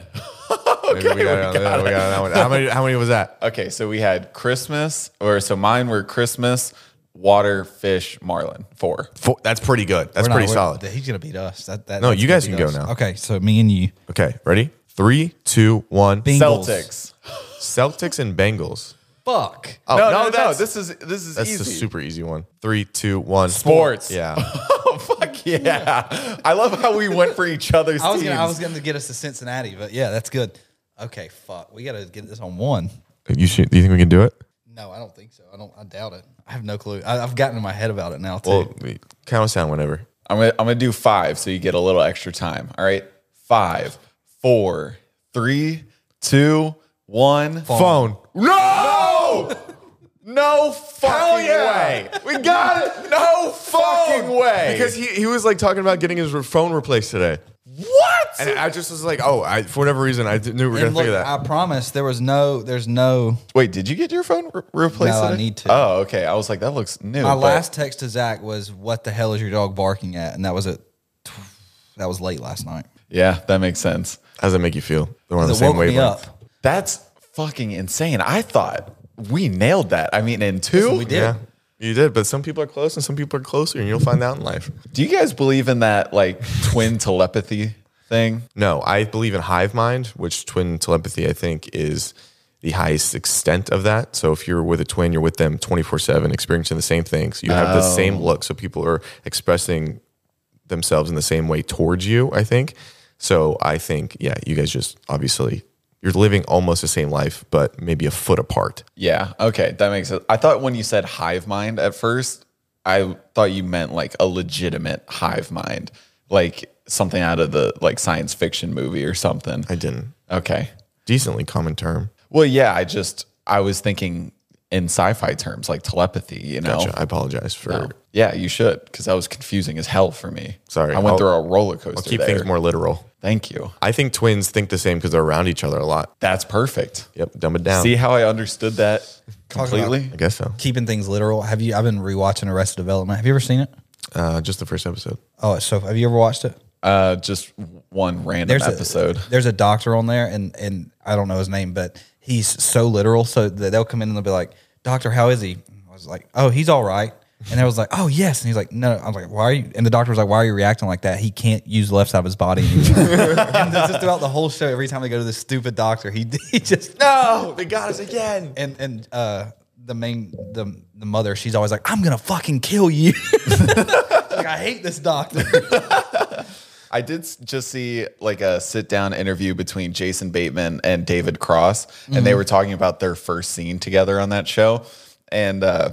Maybe we got it on that- we got it on that one. How many how many was that? Okay, so we had Christmas, or so mine were Christmas, water, fish, marlin. Four. Four. That's pretty good. That's We're not- pretty we're- solid. He's gonna beat us. That, that, No, that's you gonna guys beat can go us. now. Okay, so me and you. Okay, ready? Three, two, one. Bing- Eagles. Celtics. Celtics and Bengals. Fuck. Oh no, no, no, that's, This is this is that's easy. a super easy one. Three, two, one. Sports. Yeah. oh fuck yeah! I love how we went for each other's I was teams. gonna, I was gonna get us to Cincinnati, but yeah, that's good. Okay, fuck. We gotta get this on one. You should, do you think we can do it? No, I don't think so. I don't. I doubt it. I have no clue. I, I've gotten in my head about it now too. Well, count us down whenever. I'm gonna I'm gonna do five, so you get a little extra time. All right, five, four, three, two, one. Phone. No, no fucking way. We got it. No fucking way. Because he, he was like talking about getting his re- phone replaced today. what? And I just was like, oh, I, for whatever reason, I d- knew we were going and to look, figure that. I promise there was no. There's no. Wait, did you get your phone re- replaced? No, I today? need to. Oh, okay. I was like, that looks new. My but- last text to Zach was, "What the hell is your dog barking at?" And that was at. That was late last night. Yeah, that makes sense. How does that make you feel? They're on the It same woke me wavelength. up. That's fucking insane. I thought we nailed that. I mean, in two. We did. Yeah. You did, but some people are close and some people are closer, and you'll find out in life. Do you guys believe in that like twin telepathy thing? No, I believe in hive mind, which twin telepathy I think is the highest extent of that. So if you're with a twin, you're with them 24/7 experiencing the same things. You have the Oh. same look, so people are expressing themselves in the same way towards you, I think. So I think yeah, you guys just obviously you're living almost the same life but maybe a foot apart. Yeah. Okay. That makes sense. I thought when you said hive mind at first, I thought you meant like a legitimate hive mind, like something out of the like science fiction movie or something. I didn't. Okay. Decently common term. Well, yeah, I just I was thinking in sci-fi terms, like telepathy. You know, Gotcha. I apologize for. yeah, you should because that was confusing as hell for me. Sorry, I went I'll- through a roller coaster. I'll keep there. things more literal. Thank you. I think twins think the same because they're around each other a lot. That's perfect. Yep, dumb it down. See how I understood that Talking about- completely? I guess so. Keeping things literal. Have you? I've been rewatching Arrested Development. Have you ever seen it? Uh, just the first episode. Oh, it's so have you ever watched it? Uh, just one random episode. A, there's a doctor on there, and and I don't know his name, but he's so literal. So th- they'll come in and they'll be like, "Doctor, how is he?" I was like, "Oh, he's all right." And I was like, "Oh, yes." And he's like, "No." I was like, "Why are you?" And the doctor was like, "Why are you reacting like that? He can't use the left side of his body." anymore." and that's just throughout the whole show. Every time they go to this stupid doctor, he, he just No, they got us again. and and uh the main the the mother she's always like i'm gonna fucking kill you like, i hate this doctor I did s- just see like a sit down interview between Jason Bateman and David Cross, and they were talking about their first scene together on that show. And uh,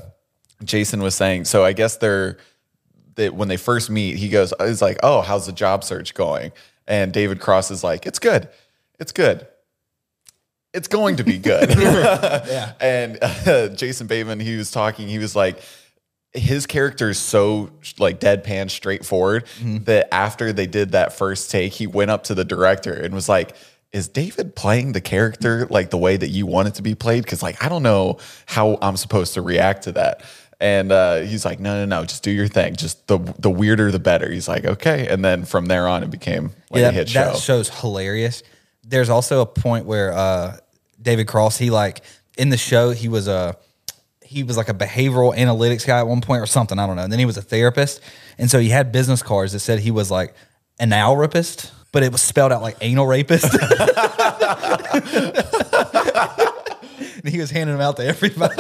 Jason was saying, so I guess they're they, when they first meet, he goes, "It's like, oh, how's the job search going?" And David Cross is like, "It's good, it's good." It's going to be good. And uh, Jason Bateman, he was talking. He was like, his character is so like deadpan straightforward that after they did that first take he went up to the director and was like is david playing the character like the way that you want it to be played because like i don't know how i'm supposed to react to that and uh, he's like no no no just do your thing just the the weirder the better he's like okay and then from there on it became like yeah, a hit that, that show show's hilarious there's also a point where uh david cross he like in the show he was a he was like a behavioral analytics guy at one point or something i don't know and then he was a therapist and so he had business cards that said he was like an owl rapist but it was spelled out like anal rapist and he was handing them out to everybody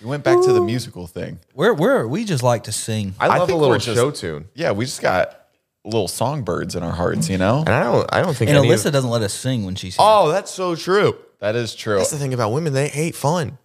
we went back to the musical thing We're we're we just like to sing. I love a think little we're just- show tune, yeah we just got little songbirds in our hearts you know and I don't. I don't think. And any of- Alyssa doesn't let us sing when she's oh, that's so true. that is true That's the thing about women; they hate fun.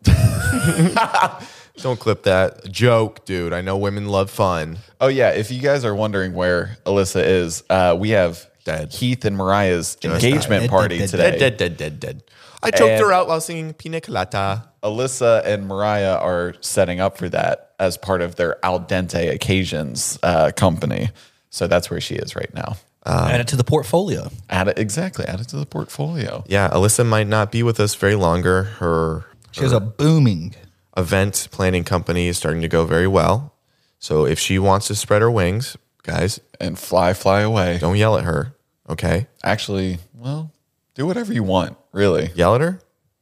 don't clip that joke, dude. I know women love fun. Oh yeah, if you guys are wondering where Alyssa is, uh, we have Dead. Heath and Mariah's engagement died. party Dead, dead, today. Dead, dead, dead, dead. I choked And- her out while singing Pina Colada. Alyssa and Mariah are setting up for that as part of their al dente occasions uh, company. So that's where she is right now. add it to the portfolio. Add it exactly. Add it to the portfolio. Yeah, Alyssa might not be with us very longer. Her She Uh. has a booming. event planning company is starting to go very well. So if she wants to spread her wings, guys, And fly, fly away. don't yell at her. Okay, Actually, well, do whatever you want, really. yell at her.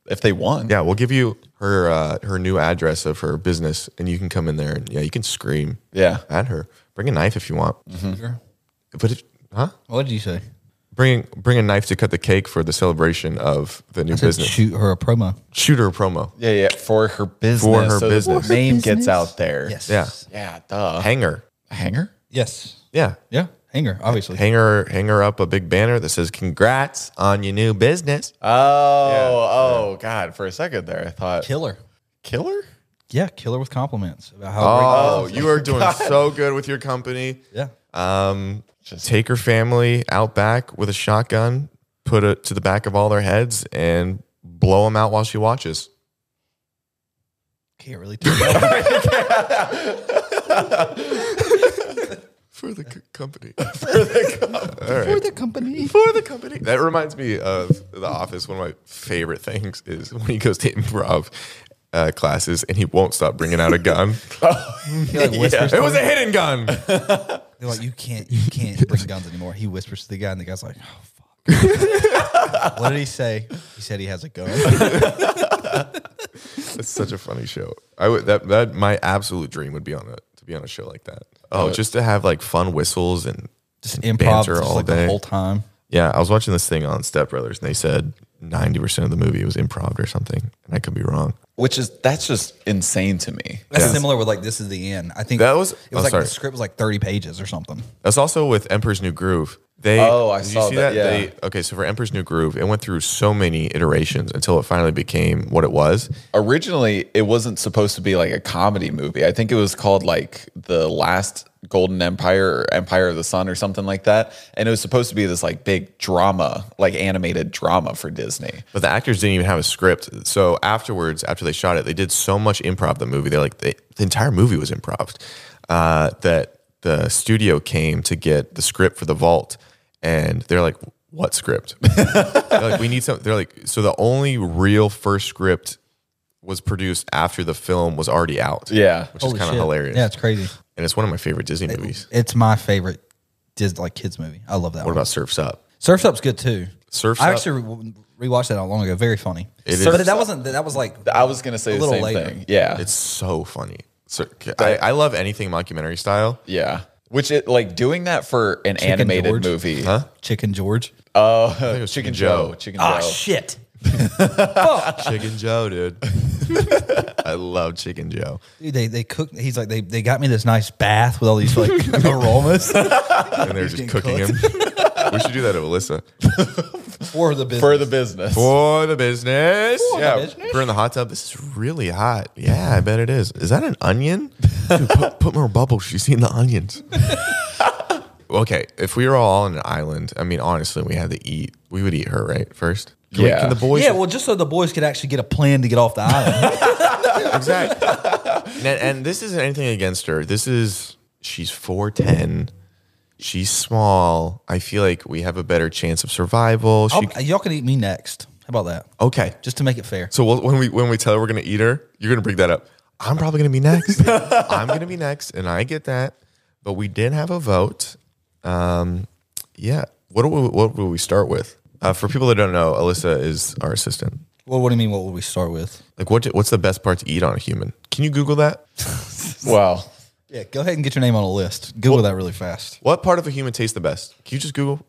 If they want. Yeah, we'll give you her uh, her new address of her business, and you can come in there and yeah, you can scream Yeah. at her. Bring a knife if you want. But if, huh? What did you say? Bring bring a knife to cut the cake for the celebration of the new business. shoot her a promo. Shoot her a promo. Yeah, yeah. For her business. her so that business. The name gets out there. Yes. Yeah, Yeah, duh. hang her. Hanger? Yes. Yeah, Yeah. Hanger, obviously. hang her hang her up a big banner that says "Congrats on your new business." Oh, oh, God! For a second there, I thought Killer. killer. Yeah, killer with compliments about how Oh, you are doing so good with your company. great. Yeah. Um, take her family out back with a shotgun, put it to the back of all their heads, and blow them out while she watches. Can't really tell. For the c- company. For the company. For the company. That reminds me of The Office. One of my favorite things is when he goes to improv uh, classes and he won't stop bringing out a gun. He like whispers it was a hidden gun. They're like, you can't you can't bring guns anymore. He whispers to the guy and the guy's like, oh fuck. what did he say? He said he has a gun. It's such a funny show. I would that that my absolute dream would be on a to be on a show like that. Oh, just to have like fun whistles and and Just improv just like the whole time. Yeah, I was watching this thing on Step Brothers, and they said ninety percent of the movie was improv or something, and I could be wrong. Which is that's just insane to me. That's similar with like this is the end. I think That was- it was oh, like sorry. the script was like thirty pages or something. That's also with Emperor's New Groove. They, Oh, I did saw that, yeah. They, okay, so for Emperor's New Groove, it went through so many iterations until it finally became what it was. originally it wasn't supposed to be like a comedy movie. I think it was called like The Last Golden Empire or Empire of the Sun or something like that. And it was supposed to be this like big drama, like animated drama for Disney. But the actors didn't even have a script. So afterwards, after they shot it, they did so much improv the movie. They're like they, the entire movie was improv. Uh, that the studio came to get the script for the vault, and they're like, "What script?" they're like, "We need something." They're like, "So the only real first script was produced after the film was already out." Yeah. which is kind of hilarious. Yeah, it's crazy. and it's one of my favorite Disney movies. It's my favorite Disney like kids movie. I love that What one. about Surf's Up? Surf's Up's good too. Surf's I Up- actually re- rewatched that not long ago. Very funny. It is- but that wasn't that was like I was gonna say A the little same later. thing. Yeah. It's so funny. Sur- I, I love anything mockumentary style. yeah. Which it like doing that for an animated George? movie. Chicken George. It was Chicken Joe. Chicken Joe. Ah shit. Chicken Joe, dude. I love Chicken Joe. Dude, they they cooked. He's like they, they got me this nice bath with all these like aromas And they're just getting cooking him. we should do that to Alyssa. for the business. For the business. For the business. the yeah, business. we're in the hot tub. This is really hot. Yeah, I bet it is. Is that an onion? Dude, put, put more bubbles. She's eating the onions. okay, if we were all on an island, I mean, honestly, we had to eat. We would eat her, right? First. Can we- Yeah. can the boys? yeah, well, just so the boys could actually get a plan to get off the island. exactly. and, and this isn't anything against her. This is she's four ten. She's small. I feel like we have a better chance of survival. She, Oh. I'll- y'all can eat me next. How about that? okay. Just to make it fair. So we'll, when we when we tell her we're gonna eat her, you're gonna bring that up. I'm probably gonna be next. I'm gonna be next, and I get that. But we did have a vote. Um, yeah. What do we, what will we start with? Uh, for people that don't know, Alyssa is our assistant. Well, what do you mean? What would we start with? Like, what what's the best part to eat on a human? Can you Google that? Well, Yeah, go ahead and get your name on a list. Google that really fast. What part of a human tastes the best? Can you just Google?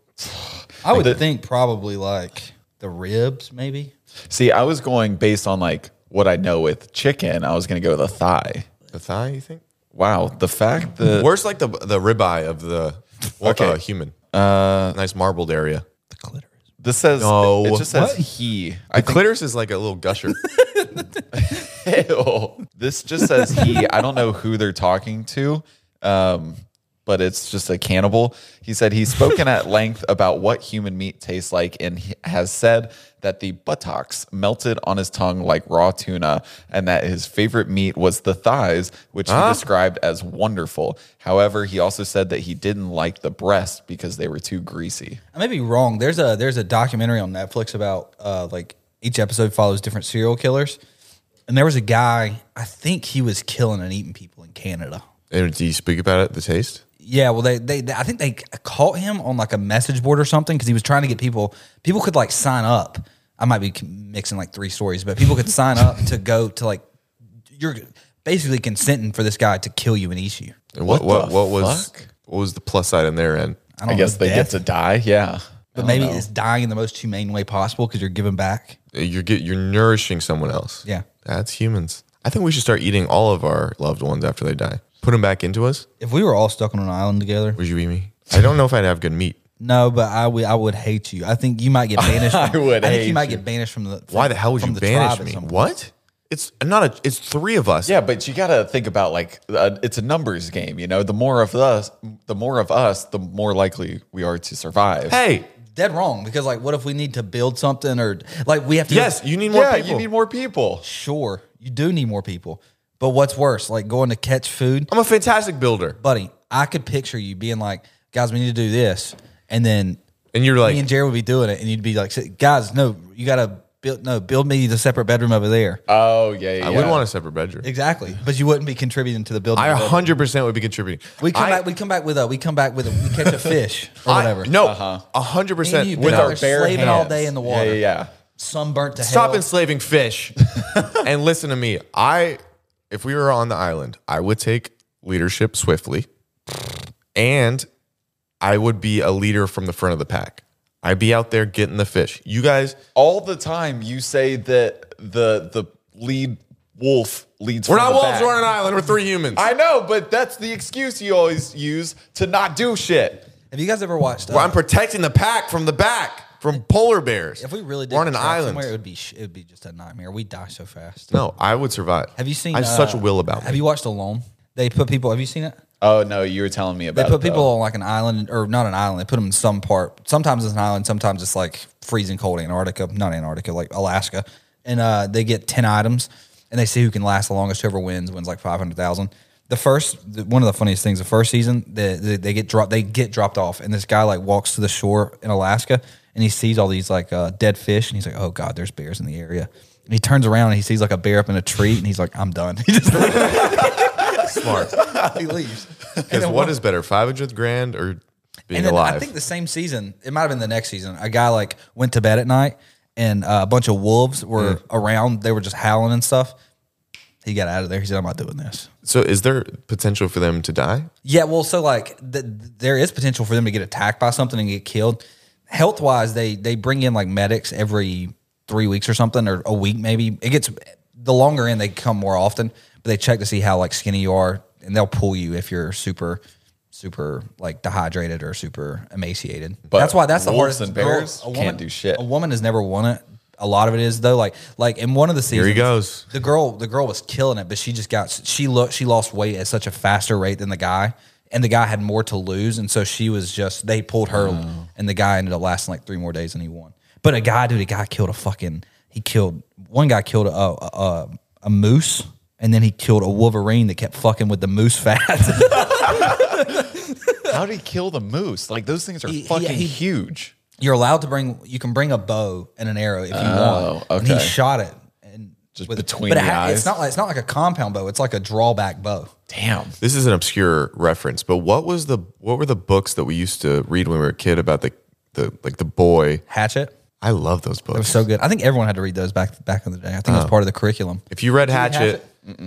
I would think probably like the ribs, maybe. see, I was going based on like what I know with chicken, I was gonna go with a thigh. The thigh, you think? Wow, the fact that Where's like the the ribeye of the what, Okay. uh, human? Uh, nice marbled area. The clitoris. This says No. It just says What? he. The I clitoris is like a little gusher. Ew. This just says he. I don't know who they're talking to, um, but it's just a cannibal. He said he's spoken at length about what human meat tastes like and he has said that the buttocks melted on his tongue like raw tuna and that his favorite meat was the thighs, which he described as wonderful. However, he also said that he didn't like the breasts because they were too greasy. I may be wrong. There's a there's a documentary on Netflix about uh, like each episode follows different serial killers, and there was a guy. I think he was killing and eating people in Canada. and do you speak about it? The taste. Yeah, well, they, they, I think they caught him on like a message board or something because he was trying to get people. People could like sign up. I might be mixing like three stories, but people could sign up to go to like you're basically consenting for this guy to kill you and eat you. And what what What the what, was fuck? what was the plus side in their end? don't I guess know, they death, get to die. Yeah. but maybe it's dying in the most humane way possible because you're giving back. You're get you're nourishing someone else. Yeah. that's humans. I think we should start eating all of our loved ones after they die. Put them back into us. If we were all stuck on an island together, Would you eat me? I don't know if I'd have good meat. no, but I would, I would hate you. I think you might get banished. From, I would I think hate you might get banished from the. From, Why the hell would from you the banish tribe at me? some point. What? It's not a. It's three of us. Yeah, but you got to think about like uh, it's a numbers game, you know. The more of us, the more of us, the more likely we are to survive. Hey, dead wrong because like what if we need to build something or like we have to Yes, you need more yeah, people. you need more people. sure you do need more people but what's worse like going to catch food I'm a fantastic builder. buddy i could picture you being like guys we need to do this and then And you're like, me and jerry would be doing it and you'd be like guys no you gotta build no build me the separate bedroom over there Oh yeah, yeah. I would want a separate bedroom. exactly but you wouldn't be contributing to the building I of it. 100% would be contributing. we come I- back we come back with a we come back with a we catch a fish or I- whatever no, a 100% Me and you, with Ben. our They're slaving all day in the Yeah, water. Yeah, yeah. sunburnt to stop hell. enslaving fish and listen to me. I if we were on the island, I would take leadership swiftly and I would be a leader from the front of the pack. I'd be out there getting the fish. You guys, All the time you say that the the lead wolf leads. we're from not the wolves, back. we're on an island, we're three humans. I know, but that's the excuse you always use to not do shit. Have you guys ever watched? Well, uh, I'm protecting the pack from the back from polar bears. if we really did we're on an get trapped island. somewhere, it would be sh- it would be just a nightmare. We die so fast. No, I would survive. Have you seen? I have such a uh, will about Have me. you watched Alone? They put people. Have you seen it? Oh no, you were telling me They about. put it, people though. on like an island, or not an island. They put them in some part. Sometimes it's an island. Sometimes it's like freezing cold Antarctica, not Antarctica, like Alaska. And uh, they get ten items, and they see who can last the longest. Whoever wins wins like five hundred thousand. The first, the, one of the funniest things, the first season, the, the, they get dropped. They get dropped off, and this guy like walks to the shore in Alaska, and he sees all these like uh, dead fish, and he's like, "Oh God, there's bears in the area." And he turns around and he sees like a bear up in a tree, and he's like, "I'm done." He just Smart. he leaves. And Because then what is better, 500 grand or being and then alive? I think the same season, it might have been the next season. A guy like went to bed at night, and uh, a bunch of wolves were Hmm. around. They were just howling and stuff. He got out of there. He said, "I'm not doing this." so is there potential for them to die? Yeah, well, so like th- th- there is potential for them to get attacked by something and get killed. Health wise, they they bring in like medics every three weeks or something, or a week maybe. It gets the longer in they come more often, but they check to see how like skinny you are, and they'll pull you if you're super super like dehydrated or super emaciated. But that's why that's the wolves hardest. and a girl- bears a woman, can't do shit. A woman has never won it. A lot of it is though, like like in one of the seasons. he goes. The girl, the girl was killing it, but she just got she looked she lost weight at such a faster rate than the guy, and the guy had more to lose, and so she was just they pulled her, and the guy ended up lasting like three more days, and he won. But a guy, dude, a guy killed a fucking he killed one guy killed a a, a, a moose, and then he killed a wolverine that kept fucking with the moose fat. How did he kill the moose? Like those things are He- he- fucking he- huge. You're allowed to bring you can bring a bow and an arrow if you want. And he Oh, okay. shot it. And Just with- between but it the ha- It's eyes. not like it's not like a compound bow. It's like a drawback bow. Damn. This is an obscure reference, but what was the what were the books that we used to read when we were a kid about the the like the boy? Hatchet. I love those It books. was so good. I think everyone had to read those back back in the day. I think it was Uh-huh. part of the curriculum. if you read Hatchet, you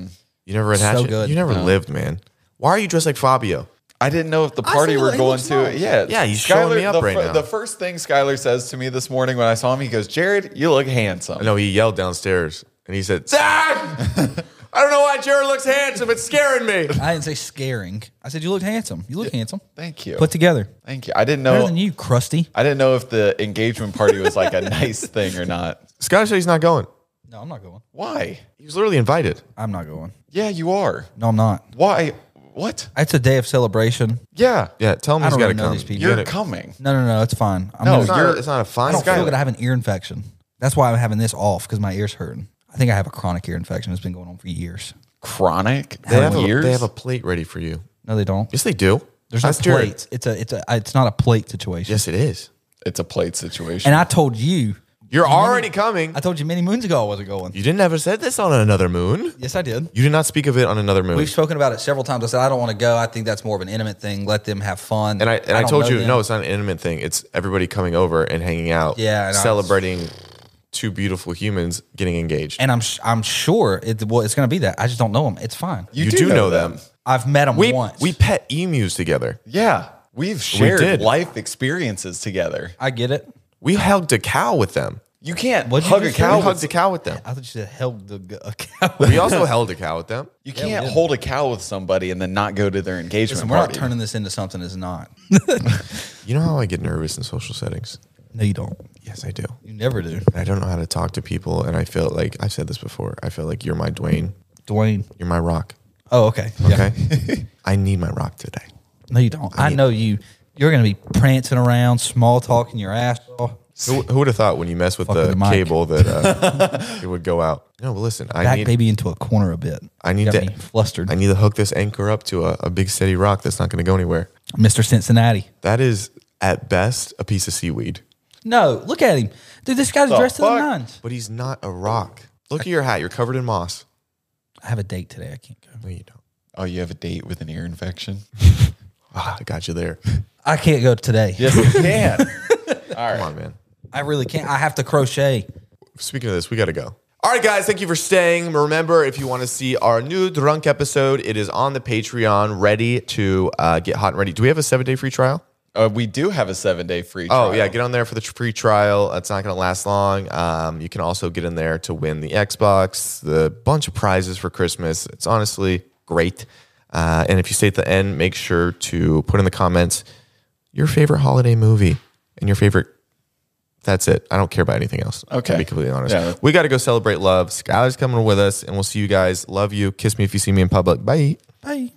never read Hatchet. good. You never lived, man. Why are you dressed like Fabio? I didn't know if the party see we're what he going looks to. like. Yeah, Yeah, he's showing me up the, right fir- now. The first thing Skylar says to me this morning when I saw him, he goes, "Jared, you look handsome." No, he yelled downstairs and he said, "Zach, I don't know why Jared looks handsome. It's scaring me." I didn't say scaring. I said you looked handsome. You look handsome. Thank you. Put together. Thank you. I didn't Better know. than you, crusty. I didn't know if the engagement party was like a nice thing or not. Scott said he's not going. No, I'm not going. Why? He was literally invited. I'm not going. Yeah, you are. No, I'm not. Why? What? It's a day of celebration. Yeah. Yeah, tell him I he's don't got to really know come. these people. You You're gotta- coming. No, no, no. It's fine. I'm No, it's, gonna, not, You're- it's not a I fine. don't feel Skylar. good. I have an ear infection. That's why I'm having this off because my ear's hurting. I think I have a chronic ear infection. It's been going on for years. Chronic. They have, a, years. they have a plate ready for you. No, they don't. Yes, they do. There's no Ask Jared. plates. It's a, it's a, it's not a plate situation. Yes, it is. it's a plate situation. And I told you, You're already coming. I told you many moons ago I wasn't going. You didn't ever said this on another moon. Yes, I did. You did not speak of it on another moon. We've spoken about it several times. I said I don't want to go. I think that's more of an intimate thing. Let them have fun. and I and I, don't told know you them. no, it's not an intimate thing. It's everybody coming over and hanging out. Yeah, and I was- celebrating two beautiful humans getting engaged. And I'm sh- I'm sure it well it's going to be that. I just don't know them. It's fine. you, do, know, them. I've met them We once. we pet emus together. Yeah. We've shared did. life experiences together. I get it. We hugged a cow with them. You can't What'd you hug a just We cow. say? hugged With, a cow with them. I thought you said held the g- a cow. We also held a cow with them. you can't hold a cow with somebody and then not go to their engagement Listen, we're not party. turning this into something. It's not. You know how I get nervous in social settings? no, you don't. Yes, I do. You never do, I don't know how to talk to people, and I feel like I've said this before. I feel like you're my Dwayne. Dwayne. You're my rock. Oh, okay. Yeah. Okay. I need my rock today. No, you don't. I know you. You're going to be prancing around, small talking your ass off. Who, who would have thought when you mess with Fuck with the the mic. cable that uh, it would go out? No, but listen, I Back need baby into a corner a bit. I need Got to- me flustered. I need to hook this anchor up to a, a big steady rock that's not going to go anywhere. Mr. Cincinnati. That is at best a piece of seaweed, No, look at him, dude. This guy's dressed to fuck? the nines. but he's not a rock. Look at your hat; you're covered in moss. I have a date today. I can't go. No, you don't. oh, you have a date with an ear infection? Ah, I got you there. I can't go today. Yes, you can. Come on, man. I really can't. I have to crochet. Speaking of this, we got to go. All right, guys, thank you for staying. Remember, if you want to see our new drunk episode, it is on the Patreon, ready to uh, get hot and ready. Do we have a seven day free trial? Uh, we do have a seven day free trial. Oh yeah, get on there for the tr- free trial. It's not going to last long. Um, you can also get in there to win the Xbox, the bunch of prizes for Christmas. It's honestly great. Uh, and if you stay at the end, make sure to put in the comments your favorite holiday movie and your favorite. That's it. I don't care about anything else. Okay. To be completely honest. Yeah. We got to go celebrate love. Skylar's coming with us, and we'll see you guys. Love you. Kiss me if you see me in public. Bye. Bye.